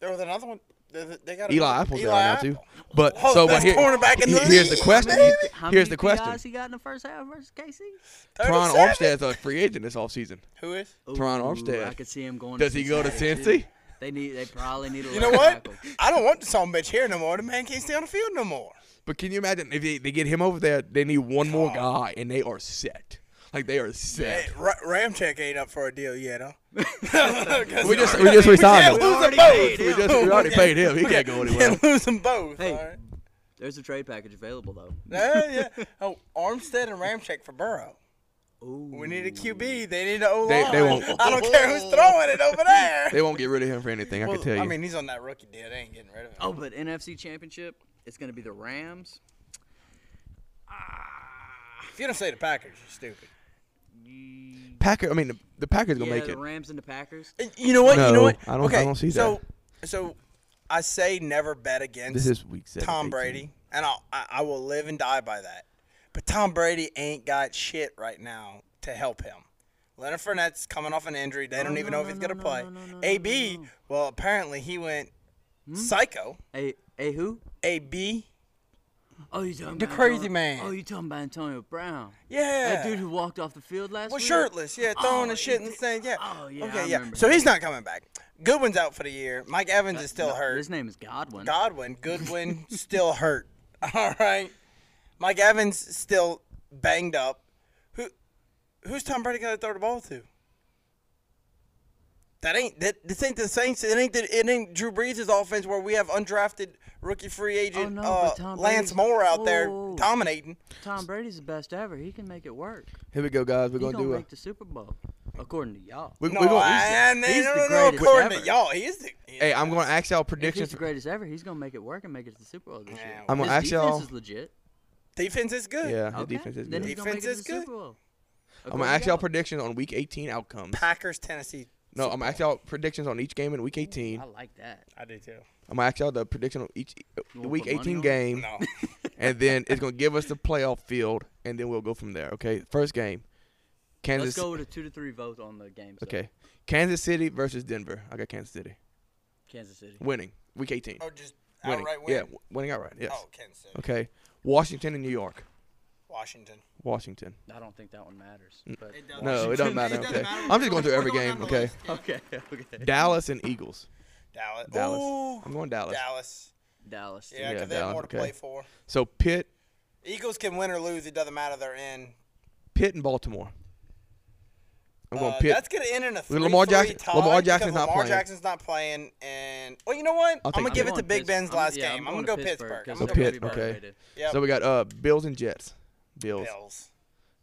there was another one. They, they got
Eli
another-
Apple's
Eli
out now too.
Apple.
But
Oh,
so but
best
here,
cornerback in the
he- here's the
league,
question.
baby.
How
Here's
many
the question.
PIs he got in the first half versus KC?
Teron
37?
Armstead's a free agent this offseason.
Who is?
Teron
Ooh,
Armstead.
I could see him going.
Does he go to
Cincinnati,
Cincy?
too. They need. They probably need a.
You know
left
what?
tackle.
I don't want the song bitch here no more. The man can't stay on the field no more.
But can you imagine if they, they get him over there, they need one more guy and they are set. Like they are set.
Hey, Ra- Ramchek ain't up for a deal yet, huh? 'Cause
We just- we just resigned
can't
him.
lose them
We
both.
already
We just we already paid him. He can't go anywhere.
Can't lose them both.
Hey.
all right?
There's a trade package available though.
Yeah, yeah. Oh, Armstead and Ramchek for Burrow.
Ooh.
We need a QB. They need an O
They-
line.
they won't.
I don't care who's throwing it over there.
They won't get rid of him for anything. I can tell you.
I mean, he's on that rookie deal. They ain't getting rid of him.
Oh, but NFC Championship, it's going to be the Rams.
If you don't say the Packers, you're stupid.
Packer. I mean, the, the Packers gonna
yeah,
make
the
it.
Rams and the Packers.
You know what? you
No,
know what?
I don't- I
Okay,
don't see
so, that. So, I say never bet against
This is week seven.
Tom
18.
Brady, and I'll, I I will live and die by that. But Tom Brady ain't got shit right now to help him. Leonard Fournette's coming off an injury. They don't even know if he's gonna play. AB, well, apparently he went
Hmm?
psycho.
Hey, hey, who?
AB,
Oh, you talking
The
about
crazy
Antonio-
man.
Oh, you talking about Antonio Brown?
yeah,
That dude who walked off the field last
Well,
week.
shirtless, yeah, throwing
Oh,
the shit
he
and
did-
saying, yeah.
oh, yeah, I
Okay, yeah.
remember
So
him.
he's not coming back. Goodwin's out for the year. Mike Evans is still
No,
hurt.
His name is Godwin.
Godwin, Goodwin still hurt. All right. Mike Evans still banged up. Who, who's Tom Brady gonna throw the ball to? That ain't that. This ain't the Saints. It ain't the, it ain't Drew Brees' offense where we have undrafted rookie free agent
Oh, no,
uh,
but Tom
Lance
Brady's-
Moore out
Whoa.
there dominating.
Tom Brady's the best ever. He can make it work.
Here we go, guys. We're
He's
gonna,
gonna
do
make
it.
the Super Bowl, according to y'all.
We,
No,
we're gonna,
I, I,
he's
no, no,
the
no,
greatest
according
ever.
to y'all, he is the.
hey, I'm gonna ask y'all
If he's
predictions.
the greatest ever, he's gonna make it work and make it to the Super Bowl this year.
Yeah,
I'm gonna
His
ask
defense
y'all-
is legit.
defense is good.
yeah, his
Okay,
defense is
then
good.
he's gonna make it
Defense
to the
is good.
Super Bowl.
I'm
According
gonna
to
ask y'all
y'all.
predictions on week 18 outcomes.
Packers, Tennessee.
No, I'm gonna ask y'all predictions on each game in week 18.
I like that.
I do too.
I'm gonna ask y'all the prediction on each
You
the
wanna
week
put money
18
on it?
game,
No.
and then it's gonna give us the playoff field, and then we'll go from there. Okay, first game, Kansas.
Let's go with a two to three vote on the games. though.
Okay, Kansas City versus Denver. I got Kansas City
Kansas City.
winning week 18.
oh, just
winning.
outright win.
Yeah, w- winning outright. Yes.
Oh, Kansas City,
Okay, Washington and New York.
Washington.
Washington.
I don't think that one matters. But
No, it doesn't matter.
doesn't
Okay,
matter.
I'm just going through every
We're going
game.
down the
Okay,
list.
okay, okay.
Dallas and Eagles.
Dallas.
Dallas.
Ooh.
I'm going Dallas.
Dallas.
Dallas.
Yeah, 'cause
Yeah,
they have
Dallas,
more to
okay.
play for.
So Pitt,
Eagles can win or lose. It doesn't matter. They're in.
Pitt and Baltimore. I'm going
Uh,
Pitt.
That's gonna end in a three,
With Lamar
three
Jackson-
tie
Lamar
because
Jackson's not
Lamar
playing.
Jackson's not playing, and well, you know what?
I'll
I'm gonna
take-
give
I'm
it to Big Ben's last game. I'm, gonna go Pittsburgh. I'm
So
gonna go
Pitt,
Pittsburgh.
okay.
Yep.
So we got uh Bills and Jets. Bills.
Bills.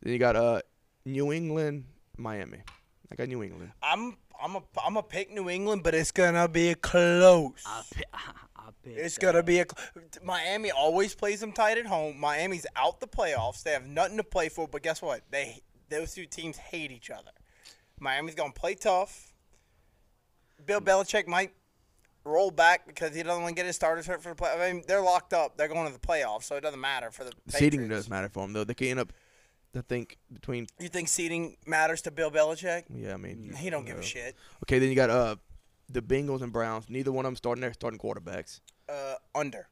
Then you got uh New England, Miami. I got New England.
I'm I'm a I'm a pick New England, but it's gonna be close.
I, I picked
It's
that.
gonna be a. cl- Miami always plays them tight at home. Miami's out the playoffs. They have nothing to play for. But guess what? They those two teams hate each other. Miami's gonna play tough. Bill Belichick might roll back because he doesn't want to get his starters hurt for the play. I mean, they're locked up. They're going to the playoffs, so it doesn't matter for the
Seating
Patriots.
does matter for them though. They can end up, I think, between.
You think seating matters to Bill Belichick?
Yeah, I mean.
He don't give
uh,
a shit.
Okay, then you got uh the Bengals and Browns. Neither one of them starting their starting quarterbacks.
Uh, under.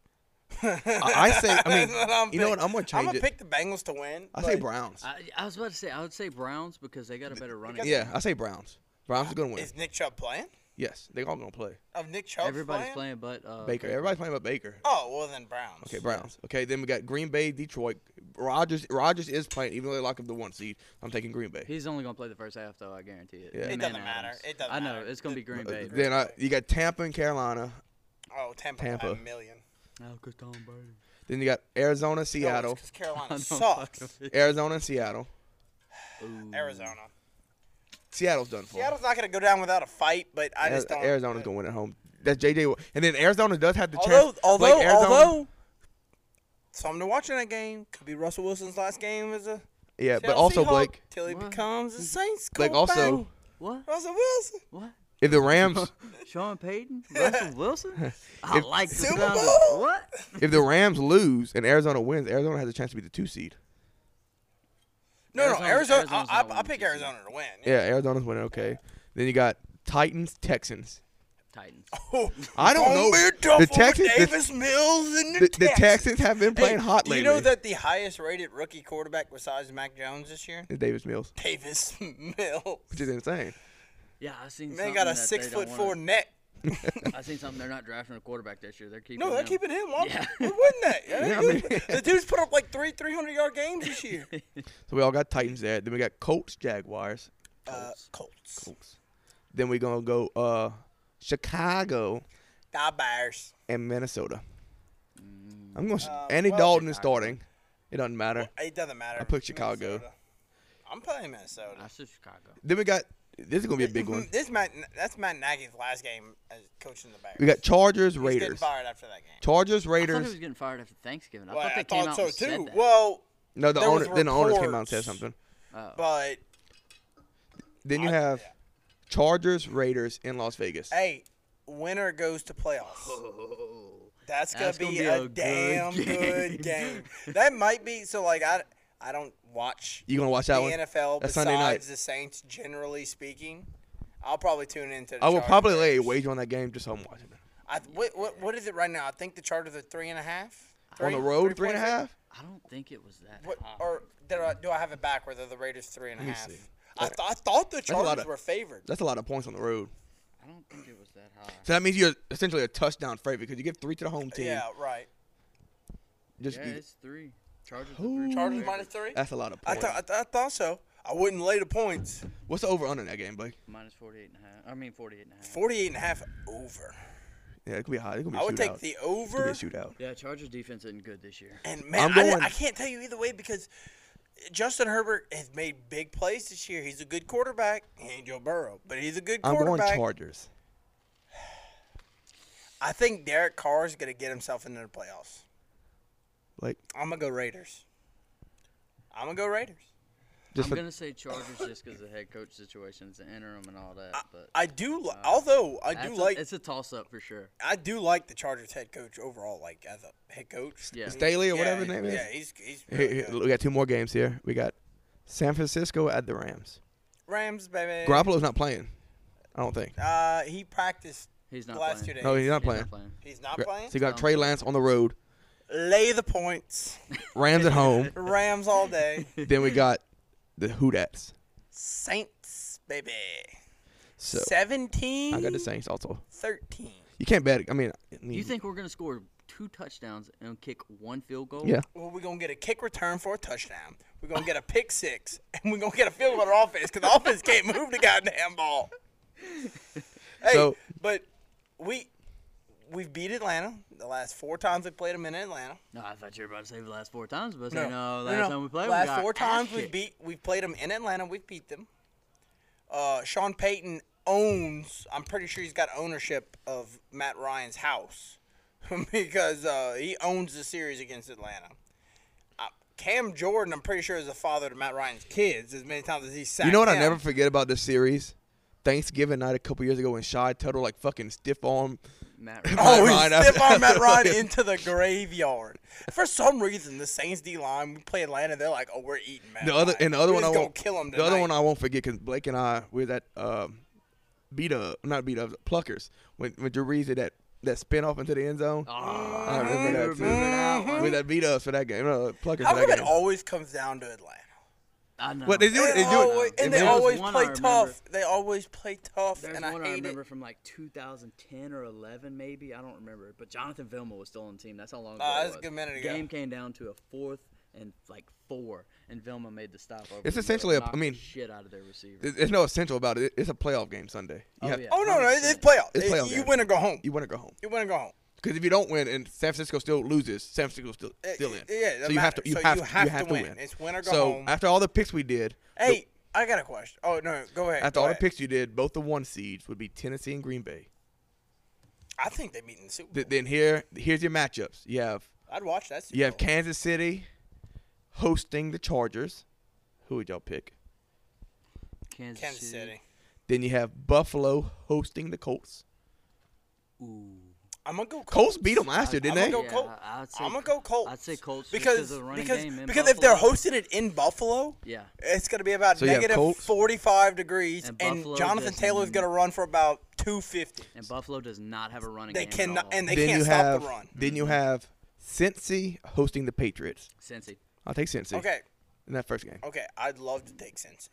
I, I say, I mean,
That's what I'm
you know what?
picking.
I'm gonna
I'm
change
gonna
it.
pick the Bengals to win.
I say
but
Browns.
I, I was about to say I would say Browns because they got a better running.
yeah, I say Browns. Browns is gonna win.
Is Nick Chubb playing?
Yes, they're all gonna play.
Of Nick Chubb
Everybody's playing, but uh,
Baker. Everybody's playing but Baker.
Oh well, then Browns.
Okay, Browns. Okay, then we got Green Bay, Detroit. Rogers. Rogers is playing, even though they lock up the one seed. I'm taking Green Bay.
He's only gonna play the first half, though. I guarantee it.
Yeah. It
Man
doesn't matter.
Adams.
It doesn't
I know
matter.
it's gonna be Green Bay.
Uh, Then I, you got Tampa and Carolina.
Oh, Tampa,
Tampa.
a million.
Oh, 'cause Tom Brady.
Then you got Arizona, Seattle,
Because Carolina
don't
sucks.
Arizona, Seattle.
Ooh.
Arizona.
Seattle's done for.
Seattle's not going to go down without a fight, but I just don't. uh,
Arizona's gonna win at home. That's JJ, and then Arizona does have the
Although,
chance.
although,
Blake, Arizona-
although, something to watch in that game could be Russell Wilson's last game as a
yeah, but
Seattle
also
Seahawk
Blake,
till he
What?
becomes a Saints.
Blake
quarterback.
also,
What?
Russell Wilson.
What?
if the Rams,
Sean Payton? Russell Wilson? I
If-
like the
Super
sound of-
Bowl?
What?
if the Rams lose and Arizona wins, Arizona has a chance to be the two seed.
No, no,
Arizona's-
Arizona.
Arizona's
I,
not
I, I
winning
pick
this year.
Arizona to win.
Yeah, Arizona's winning. Okay, then you got Titans, Texans.
Titans.
Oh,
I don't
gonna
know.
be tough
The
over
Texans- the-
Davis Mills and
The,
the,
the
Texans.
Texans have been
Hey,
playing hot
do
lately.
You know that the highest rated rookie quarterback besides Mac Jones this year?
It's Davis Mills,
Davis Mills.
which is insane.
Yeah, I seen
Man
something
got a
that they
six
don't
foot
wanna-
four neck.
I seen something. They're not drafting a quarterback this year. They're keeping.
No, they're
him.
keeping him. Why
Yeah.
why wouldn't they?
Yeah, I
Dude,
mean-
the dude's put up like three 300 yard games this year.
So we all got Titans there. Then we got Colts, Jaguars.
Uh,
Colts.
Colts.
Colts. Then we gonna go uh, Chicago
Die Bears.
and Minnesota. I'm going.
Uh,
to Andy
well,
Dalton is starting. It doesn't matter.
It doesn't matter.
I picked Chicago.
Minnesota. I'm playing Minnesota.
I said Chicago.
Then we got this is gonna be a big one.
This Matt, that's Matt Nagy's last game as coaching the Bears.
We got Chargers,
He's getting
Raiders.
fired after that game.
Chargers,
I thought he was
Raiders.
getting fired after Thanksgiving. I
Well,
thought they came out and said that.
Well,
No, the
there was
owner. Then the owners came out and said
reports.
something.
Oh.
but
Then you
I-
have Chargers, Raiders in Las Vegas.
hey, winner goes to playoffs.
Oh.
That's gonna,
That's gonna
be,
be
a,
a good
damn
game.
good game. That might be so. Like I, I don't watch
You gonna watch that
the
one?
NFL
That's
besides
Sunday night.
the Saints. Generally speaking, I'll probably tune into. The
I will
Chargers.
probably lay a wager on that game just so I'm watching it.
I, what, what, what is it right now? I think the Chargers are three and a half.
On the road, three and a half.
I don't think it was that.
What,
high.
or did I, do I have it backward? Are the Raiders three and a
Let me
half?
see.
I, th- I thought the
a lot
Chargers
of-
were favored.
That's a lot of points on the road.
I don't think it was that high.
So that means you're essentially a touchdown favorite because you give three to the home team.
Yeah, right.
Just
yeah,
be-
it's three. Chargers.
Ooh.
Chargers minus three.
that's a lot of
I,
points.
th- I, th- I thought so. I wouldn't lay the points.
What's the over under in that game, Blake?
Minus 48 and a half. I mean 48 and a half.
48 and a half over.
Yeah, it could be high. It could be a
I would
shootout.
take the
It could be
over.
a shootout.
Yeah, Chargers defense isn't good this year.
And man,
I'm
I, didn't-
going-
I can't tell you either way because Justin Herbert has made big plays this year. He's a good quarterback. He ain't Joe Burrow, but he's a good
I'm going
quarterback.
Chargers.
I think Derek Carr is going to get himself into the playoffs.
Blake,
I'm going to go Raiders. I'm going to go Raiders.
just
I'm
for
gonna say Chargers just because the head coach situation, it's the interim and all that. But uh,
I do, li- although I do
that's a-
like,
it's a toss up for sure.
I do like the Chargers head coach overall, like as a head coach.
Yeah.
Staley or whatever his
yeah,
name is.
Yeah, he's he's.
Here-
Really
here,
good.
we got two more games here. We got San Francisco at the Rams.
Rams, baby.
Garoppolo's not playing. I don't think.
Uh, he practiced.
He's
The
not
last two
playing.
days.
No, he's not
He's
playing.
not playing.
He's not
Gra-
playing.
So you got Trey Lance on the road,
Lay the points.
Rams at home.
Rams all day.
then we got the Hootats.
Saints, baby.
So
Seventeen.
I got the Saints also.
Thirteen.
You can't bet. I mean, I mean,
You think we're gonna score two touchdowns and kick one field goal?
Yeah.
Well, we're gonna get a kick return for a touchdown. We're gonna get a pick six, and we're gonna get a field goal on offense because the offense can't move the goddamn ball. Hey,
So-
but we we've beat Atlanta the last four times we played them in Atlanta.
No, I thought you were about to say the last four times, but
No,
no,
no,
no, uh, last
no.
time we played,
Last
we got
four
our ass
times we
kicked.
beat, we played them in Atlanta. We beat them. Uh, Sean Payton owns. I'm pretty sure he's got ownership of Matt Ryan's house because uh, he owns the series against Atlanta. Uh, Cam Jordan, I'm pretty sure, is the father to Matt Ryan's kids. As many times as he sacked
You know what I
him.
never forget about this series? Thanksgiving night a couple years ago when Shy Tuttle like fucking stiff arm.
Matt Ryan.
Oh,
Matt
he
Ryan.
stiff on Matt Ryan into the graveyard. For some reason, the Saints D line we play Atlanta. They're like, "Oh, we're eating Matt."
The other
Ryan.
and the other
We're
one I
just gonna
won't
kill him.
The other
tonight."
one I won't forget because Blake and I we were at um, beat up not beat up pluckers when when Drew Brees did that that spin off into the end zone.
Uh-huh.
Ah,
I remember that too.
remember
mm-hmm.
that one.
With that beat ups for that game, no, pluckers
How
for
come
that
it
game.
always comes down to Atlanta?
I know.
But they do it. They
They
do
always,
it. If
and they
it
there's
was-
always
one I
play
remember-
tough. They always play tough,
There's
and I
one
hate
I, remember
it.
from like 2010 or 11, maybe. I don't remember. But Jonathan Vilma was still on the team. That's how long ago.
Ah,
it
that's a good minute ago.
Game came down to a fourth and like four, and Vilma made the stop over.
It's
the middle,
essentially a-
knocked
I mean,
the shit out of their receiver.
There's there's no essential about it. It's a playoff game Sunday. You
Oh,
have-
yeah.
Oh no, no, it's, it's playoff.
It's
It-
playoff
you
game.
win or go home.
You want to go home.
You win or go home.
Because if you don't win and San Francisco still loses, San Francisco still
Eh,
still in.
yeah, that
so you have to
matters.
you
So
have
you
to,
have
you have
to
to
win.
win.
It's win or go
so
home.
after all the picks we did, the-
Hey, I got a question. Oh no, go ahead.
after
go
all the
ahead.
picks you did, both the one seeds would be Tennessee and Green Bay.
I think they beat in the Super Bowl.
Th- then here here's your matchups. You have
I'd watch that. Super
you have
Bowl.
Kansas City hosting the Chargers. Who would y'all pick?
Kansas,
Kansas City.
Then you have Buffalo hosting the Colts.
Ooh.
I'm gonna go Colts.
Colts beat them last year, didn't
I'ma
they?
go
Yeah,
Colts.
I- I'd say
I'm gonna go Colts.
I'd say Colts just 'cause
because
of the running
because
game in
because if they're
Buffalo.
hosting it in Buffalo,
Yeah.
it's gonna be about
So you have
negative
Colts.
45 degrees,
And
and,
Buffalo
Jonathan
doesn't-
Taylor's gonna run for about 250.
And Buffalo does not have a running
They
game.
cannot,
At all.
and they
then
can't
you
stop
have
the run. Mm-hmm.
then you have Cincy hosting the Patriots.
Cincy.
I'll take Cincy
Okay,
in that first game.
okay, I'd love to take Cincy.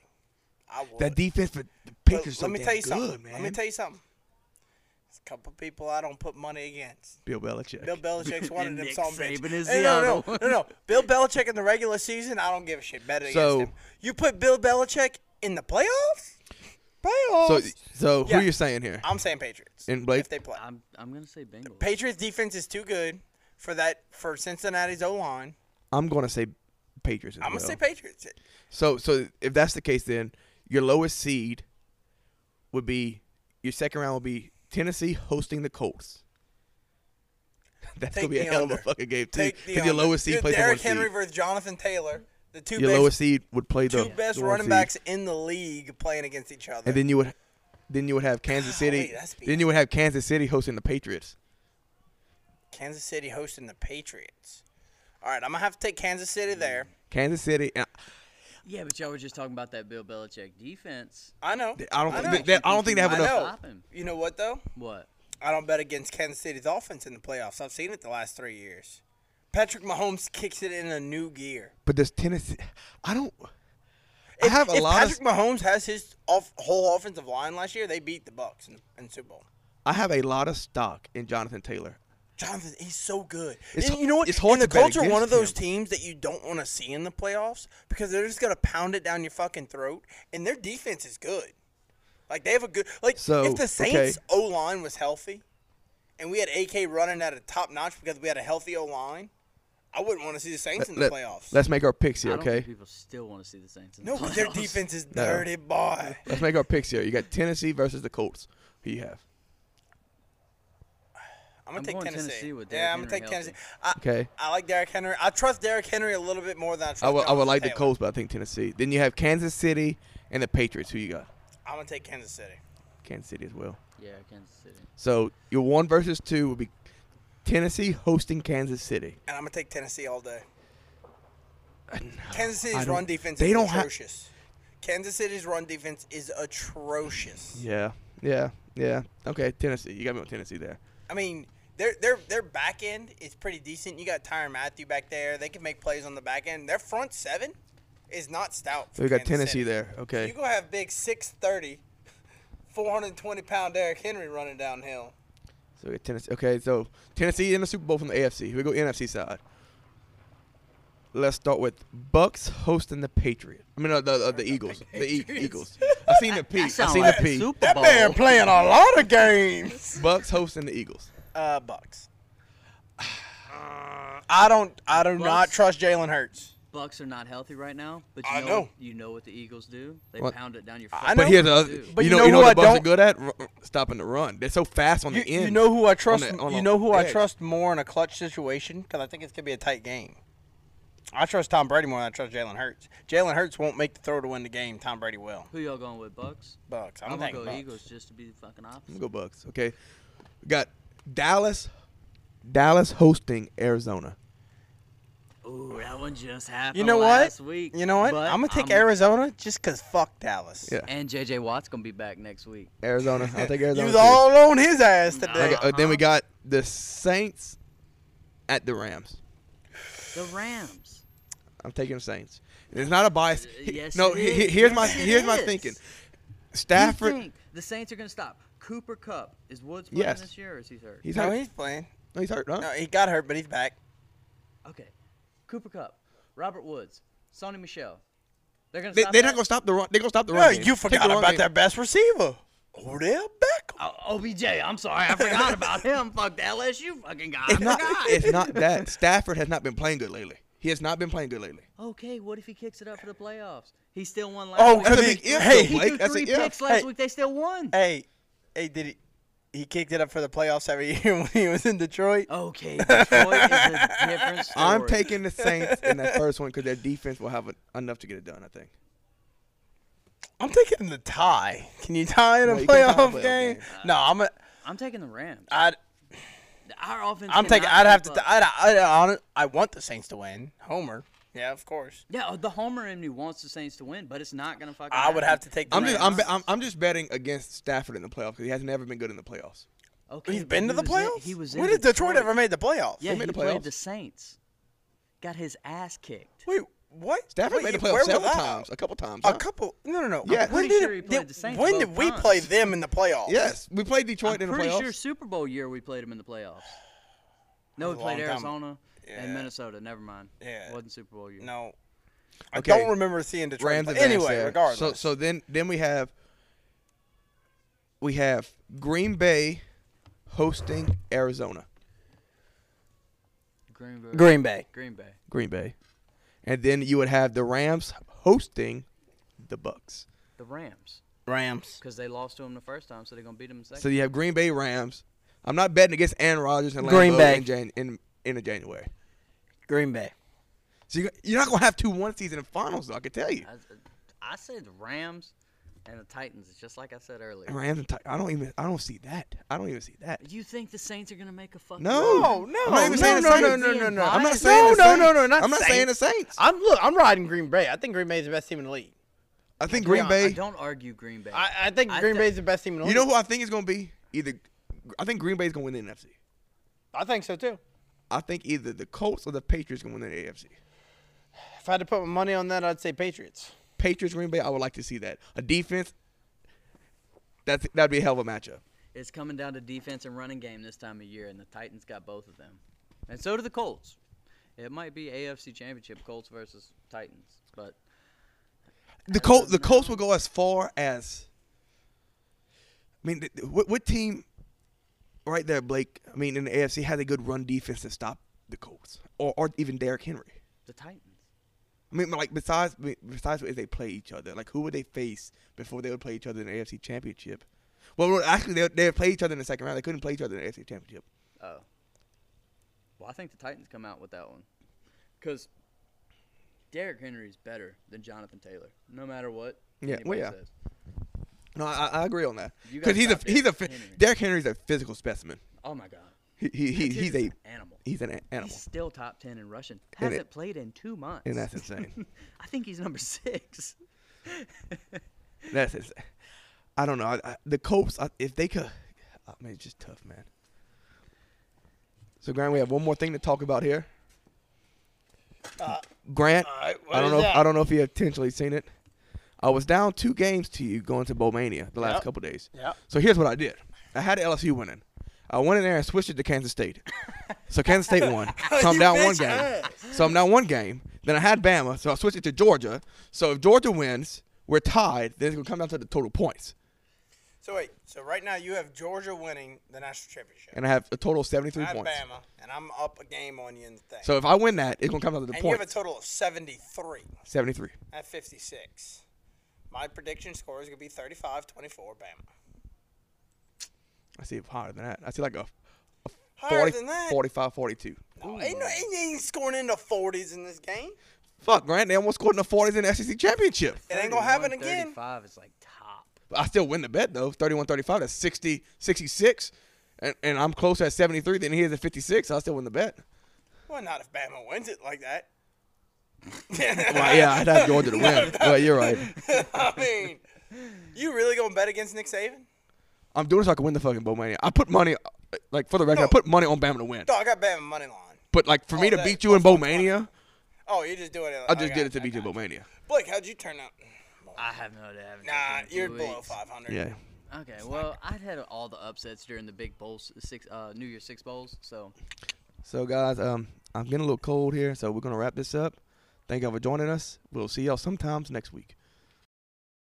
I would.
That defense for the
But
Patriots.
let me tell you
good,
something.
man.
Let me tell you something. There's a couple people I don't put money against.
Bill Belichick.
Bill Belichick's one of
And
them.
Nick
Some bitch.
Saban is
Hey,
the
no, no, no,
other
no, no. Bill Belichick in the regular season, I don't give a shit. Bet it
So-
against him. You put Bill Belichick in the playoffs? Playoffs?
so, so
Yeah.
who you saying here?
I'm saying Patriots.
And Blake?
if they play,
I'm I'm gonna say Bengals.
Patriots defense is too good for that for Cincinnati's O line.
I'm going to say Patriots. As
I'm
well.
gonna say Patriots.
So, so if that's the case, then your lowest seed would be your second round would be Tennessee hosting the Colts. That's
Take
gonna be a
the
hell of
under.
a fucking game too.
Take the
Because your
under.
lowest seed
Dude,
plays the one
Derrick Henry
seed.
versus Jonathan Taylor, the two
Your
best,
lowest seed would play the
two best
the one
running
seed.
backs in the league playing against each other.
and then you would, then you would have Kansas City.
Golly, that's
then you would have Kansas City hosting the Patriots.
Kansas City hosting the Patriots. All right, I'm gonna have to take Kansas City there.
Kansas City. And
Yeah, but y'all were just talking about that Bill Belichick defense.
I know.
I don't.
I
think
know.
they- they- I don't think they have
I
enough.
know.
Stop him.
You know what though?
What?
I don't bet against Kansas City's offense in the playoffs. I've seen it the last three years. Patrick Mahomes kicks it in a new gear.
But does Tennessee? I don't. I
If,
have a
if
lot of.
Patrick Mahomes has his off, whole offensive line last year, they beat the Bucks in, in Super Bowl.
I have a lot of stock in Jonathan Taylor.
Jonathan, he's so good.
It's
and
h-
you know what?
it's hard
and the
to bet
Colts are one
against
of those
him.
teams that you don't want to see in the playoffs because they're just gonna pound it down your fucking throat, and their defense is good. Like they have a good like
So,
if
okay.
the Saints O line was healthy, and we had AK running at a top notch because we had a healthy O line, I wouldn't want to see the Saints in the
Let,
playoffs.
us make our picks
I
here,
don't think
okay?
people still want to see the Saints in
no,
the
because their
playoffs.
defense is dirty, boy.
Let's make our picks here. You got Tennessee versus the Colts. Who you have?
I'm gonna
I'm
take
going
Tennessee.
Tennessee with
yeah,
Derrick
I'm gonna take
Henry healthy.
Tennessee. I,
Okay.
I like Derrick Henry. I trust Derrick Henry a little bit more than I trust.
I would, I would
Jonathan
like the
Taylor.
Colts, but I think Tennessee. Then you have Kansas City and the Patriots. Who you got?
I'm gonna take Kansas City.
Kansas City as well.
Yeah, Kansas City.
So your one versus two would be Tennessee hosting Kansas City.
and I'm gonna take Tennessee all day. Kansas
Uh, I
City's
don't-
run defense
they
is
don't have-
atrocious. Kansas City's run defense is atrocious.
Yeah. Yeah. Yeah. Okay. Tennessee. You got me on Tennessee there.
I mean, their their their back end is pretty decent. You got Tyron Matthew back there; they can make plays on the back end. Their front seven is not stout.
So
for
we got
Kansas
Tennessee
City.
there. Okay.
You gonna have big 630, 420 pound Derrick Henry running downhill.
So we got Tennessee. Okay, so Tennessee in the Super Bowl from the AFC. Here we go NFC side. Let's start with Bucks hosting the Patriots. I mean, uh, the, uh, the Eagles. The e- Eagles. I seen the P. I
That sounds
seen
like
the
the
P.
Super Bowl.
playing a lot of games.
Bucks hosting the Eagles.
Uh, Bucks. I don't. I do not
Bucks.
trust Jalen Hurts.
Bucks are not healthy right now, but you
I
know,
know.
you know what the Eagles do? They
What?
pound it down your.
I
fucking
know.
But here's the
throat,
other.
too.
But
you
you
know,
know
you know
who
what the
I
Bucks are
don't-
good at R- r- stopping the run. They're so fast on
You,
the end.
you know who I trust.
the- on
you
the
know who I
edge.
trust more in a clutch situation because I think it's gonna be a tight game. I trust Tom Brady more than I trust Jalen Hurts. Jalen Hurts won't make the throw to win the game. Tom Brady will.
Who y'all going with? Bucks.
Bucks. I'm,
I'm
thinking
gonna go
Bucks.
Eagles just to be the fucking
I'm
opposite.
gonna go Bucks. Okay, we got Dallas. Dallas hosting Arizona.
Ooh, that one just happened.
You know what?
last Week.
You know what?
But
I'm gonna take
I'm-
Arizona just cause fuck Dallas.
Yeah.
And JJ Watt's gonna be back next week.
Arizona. I'll take
You
Arizona.
was
too.
all Uh-huh. on his ass
I
today.
Nah.
got- uh, then we got the Saints at the Rams.
The Rams.
I'm taking the Saints. And it's not a bias. He-
Uh, yes,
no,
it
he-
is.
he- here's my
Yes, it
here's my
is.
thinking.
You
Stafford,
think the Saints are gonna stop? Cooper Cup is Woods playing
Yes.
this year, or is he hurt?
he's
No,
hurt.
he's playing.
No, he's hurt. Huh?
No, he got hurt, but he's back.
Okay, Cooper Cup, Robert Woods, Sonny Michelle. They're gonna
they,
stop.
they're
that?
not gonna stop the run. They're gonna stop the
No,
run. game.
you
Take the
forgot
run
about
game.
their best receiver. Odell Beckham.
O- OBJ, I'm sorry, I forgot about him. Fuck the LSU fucking guy. I
It's not.
forgot.
it's not that Stafford has not been playing good lately. He has not been playing good lately.
Okay, what if he kicks it up for the playoffs? He still won last
Oh,
week.
That's a
Could he-
big if,
hey,
though,
He
Blake.
threw
That's
three
an if.
picks last
Hey.
week. They still won.
Hey, hey, did he? He kicked it up for the playoffs every year when he was in Detroit.
Oh.
Okay, Detroit is a different story.
I'm taking the Saints in that first one because their defense will have a, enough to get it done. I think.
I'm taking the tie. Can you tie in a
No, you can't tie a
playoff
playoff
game?
game.
No, I'm. A,
I'm taking the Rams.
I'd,
Our offense.
I'm taking.
cannot
I'd have
keep
to.
up.
I'd, I'd, I'd, I want the Saints to win. Homer. Yeah, of course.
yeah, the Homer in me wants the Saints to win, but it's not gonna fucking.
I would
happen.
have to take. The
I'm just. I'm,
Rams.
be- I'm. I'm just betting against Stafford in the playoffs because he has never been good in the playoffs.
Okay,
He's
but
been
he
to the
was in-
playoffs.
he was in
When did Detroit ever made the playoffs?
Yeah,
made
he
the
played
playoffs?
the Saints. Got his ass kicked.
Wait, what?
Stafford made
Wait,
the
where
playoffs
was
several
I?
times. A couple times.
A
huh?
couple? No, no, no.
Yeah.
When
pretty
did,
sure he
it-
played
did-
the Saints
when
both
did we play
times.
them in the playoffs?
Yes, we played Detroit
I'm
in the
pretty
playoffs.
sure Super Bowl year we played him in the playoffs.
That
No, we
was a long
played
time ago.
Arizona and
Yeah.
Minnesota. Never mind.
Yeah.
wasn't Super Bowl year.
No. I
Okay.
don't remember seeing Detroit.
Rams
play-
advance
anyway,
there.
regardless.
So so then then we have we have Green Bay hosting Arizona.
Green Bay.
Green Bay.
Green Bay.
Green Bay. And then you would have the Rams hosting the Bucks.
The Rams,
Rams.
because they lost to him the first time, so they're gonna beat him the second.
So you have Green Bay Rams. I'm not betting against Aaron Rodgers and
Green
Lambeau
Bay.
in, Jan- in in a January.
Green Bay.
So you, you're not gonna have two one season in finals. Though, I can tell you.
I, I said the Rams and the Titans. It's just like I said earlier.
Rams and Ti- I don't even I don't see that. I don't even see that.
You think the Saints are gonna make a fucking?
No,
No, no,
I'm not even
no,
saying the
no, no,
Saints.
no, no, no.
I'm not
No,
saying the
no,
Saints.
no, no, not
I'm not saying the Saints.
I'm look. I'm riding Green Bay. I think Green Bay is the best team in the league.
I think Green
I
Bay.
don't argue Green Bay.
I, I think
I
Green
thi-
Bay is the best team in the
You
league.
know who I think is going to be? Either I think Green Bay's going to win the NFC.
I think so too.
I think either the Colts or the Patriots going to win the AFC.
If I had to put my money on that, I'd say Patriots.
Patriots Green Bay, I would like to see that. A defense that that'd be a hell of a matchup.
It's coming down to defense and running game this time of year, and the Titans got both of them, and so do the Colts. It might be AFC Championship Colts versus Titans, but
The Col- the Colts will go as far as I mean, th- th- what, what team right there, Blake? I mean, in the AFC has a good run defense to stop the Colts or or even Derrick Henry.
the Titans.
I mean, like besides besides if they play each other, like who would they face before they would play each other in the AFC Championship? Well, well, actually, they they would play each other in the second round. They couldn't play each other in the AFC Championship.
Oh. Well, I think the Titans come out with that one. Because Derrick Henry is better than Jonathan Taylor, no matter what.
Yeah, well,
anybody
yeah.
Says.
No, I, I agree on that
You
because
gotta
he's a
stop
he's a
Derrick
phy-
Henry.
Derrick Henry's a physical specimen.
Oh, my God.
He, he, he
Dude
he's
is
a
an animal.
he's an a- animal,
He's still top 10 in rushing.
And it-
Hasn't played in two months.
and that's insane.
I think he's number six.
That's insane. I don't know. I, I, the Colts, I, if they could, I mean, it's just tough, man. So Grant, we have one more thing to talk about here. Grant,
Alright, Uh, what
I don't
is
know. If,
that?
I don't know if you have potentially seen it. I was down two games to you going to Bowmania the last
Yep.
couple days.
Yep.
So here's what I did. I had LSU winning. I went in there and switched it to Kansas State. so Kansas State won. So I'm
You
down one
bitch
game.
ass.
So I'm down one game. Then I had Bama, so I switched it to Georgia. So if Georgia wins, we're tied. Then it's gonna come down to the total points.
So wait. So right now you have Georgia winning the national championship.
and I have a total of 73
I have
points.
Bama, and I'm up a game on you in the thing.
So if I win that, it's gonna come down to the
and you have a
points.
total of 73
73.
at 56. My prediction score is going to be 35 24 Bama.
I see it higher than that. I see like a, a
Higher
40,
than that?
45, 42.
No, ain't, no, ain't, ain't scoring in the 40s in this game.
Fuck, Grant, they almost scored in the 40s in the SEC championship.
It ain't going to happen
31,
again.
35 is like top.
I still win the bet though. 31, 35. That's 60, 66, and, and I'm closer at 73 than he is at 56. I still win the bet.
Well, not if Bama wins it like that.
Well, yeah, I'd have Georgia to win. But you're right.
I mean, you really going to bet against Nick Saban?
I'm doing this so I can win the fucking bowl mania. I put money, like for the record, I
No.
put money on Bama to win.
No, I got Bama money line.
But like for me
Oh,
to
that-
beat you in
that's
bowl
what's going
mania,
Oh, you're just doing it.
I just
okay,
did it to
okay.
beat you in bowl mania.
Blake, how'd you turn out?
I have no idea. I haven't
Nah,
checked in
you're
two
below
weeks.
500.
Yeah.
Okay, well, I'd had all the upsets during the big bowls, six, uh, New Year's Six bowls, so
So guys, um, I'm getting a little cold here, so we're gonna wrap this up. Thank y'all for joining us. We'll see y'all sometimes next week.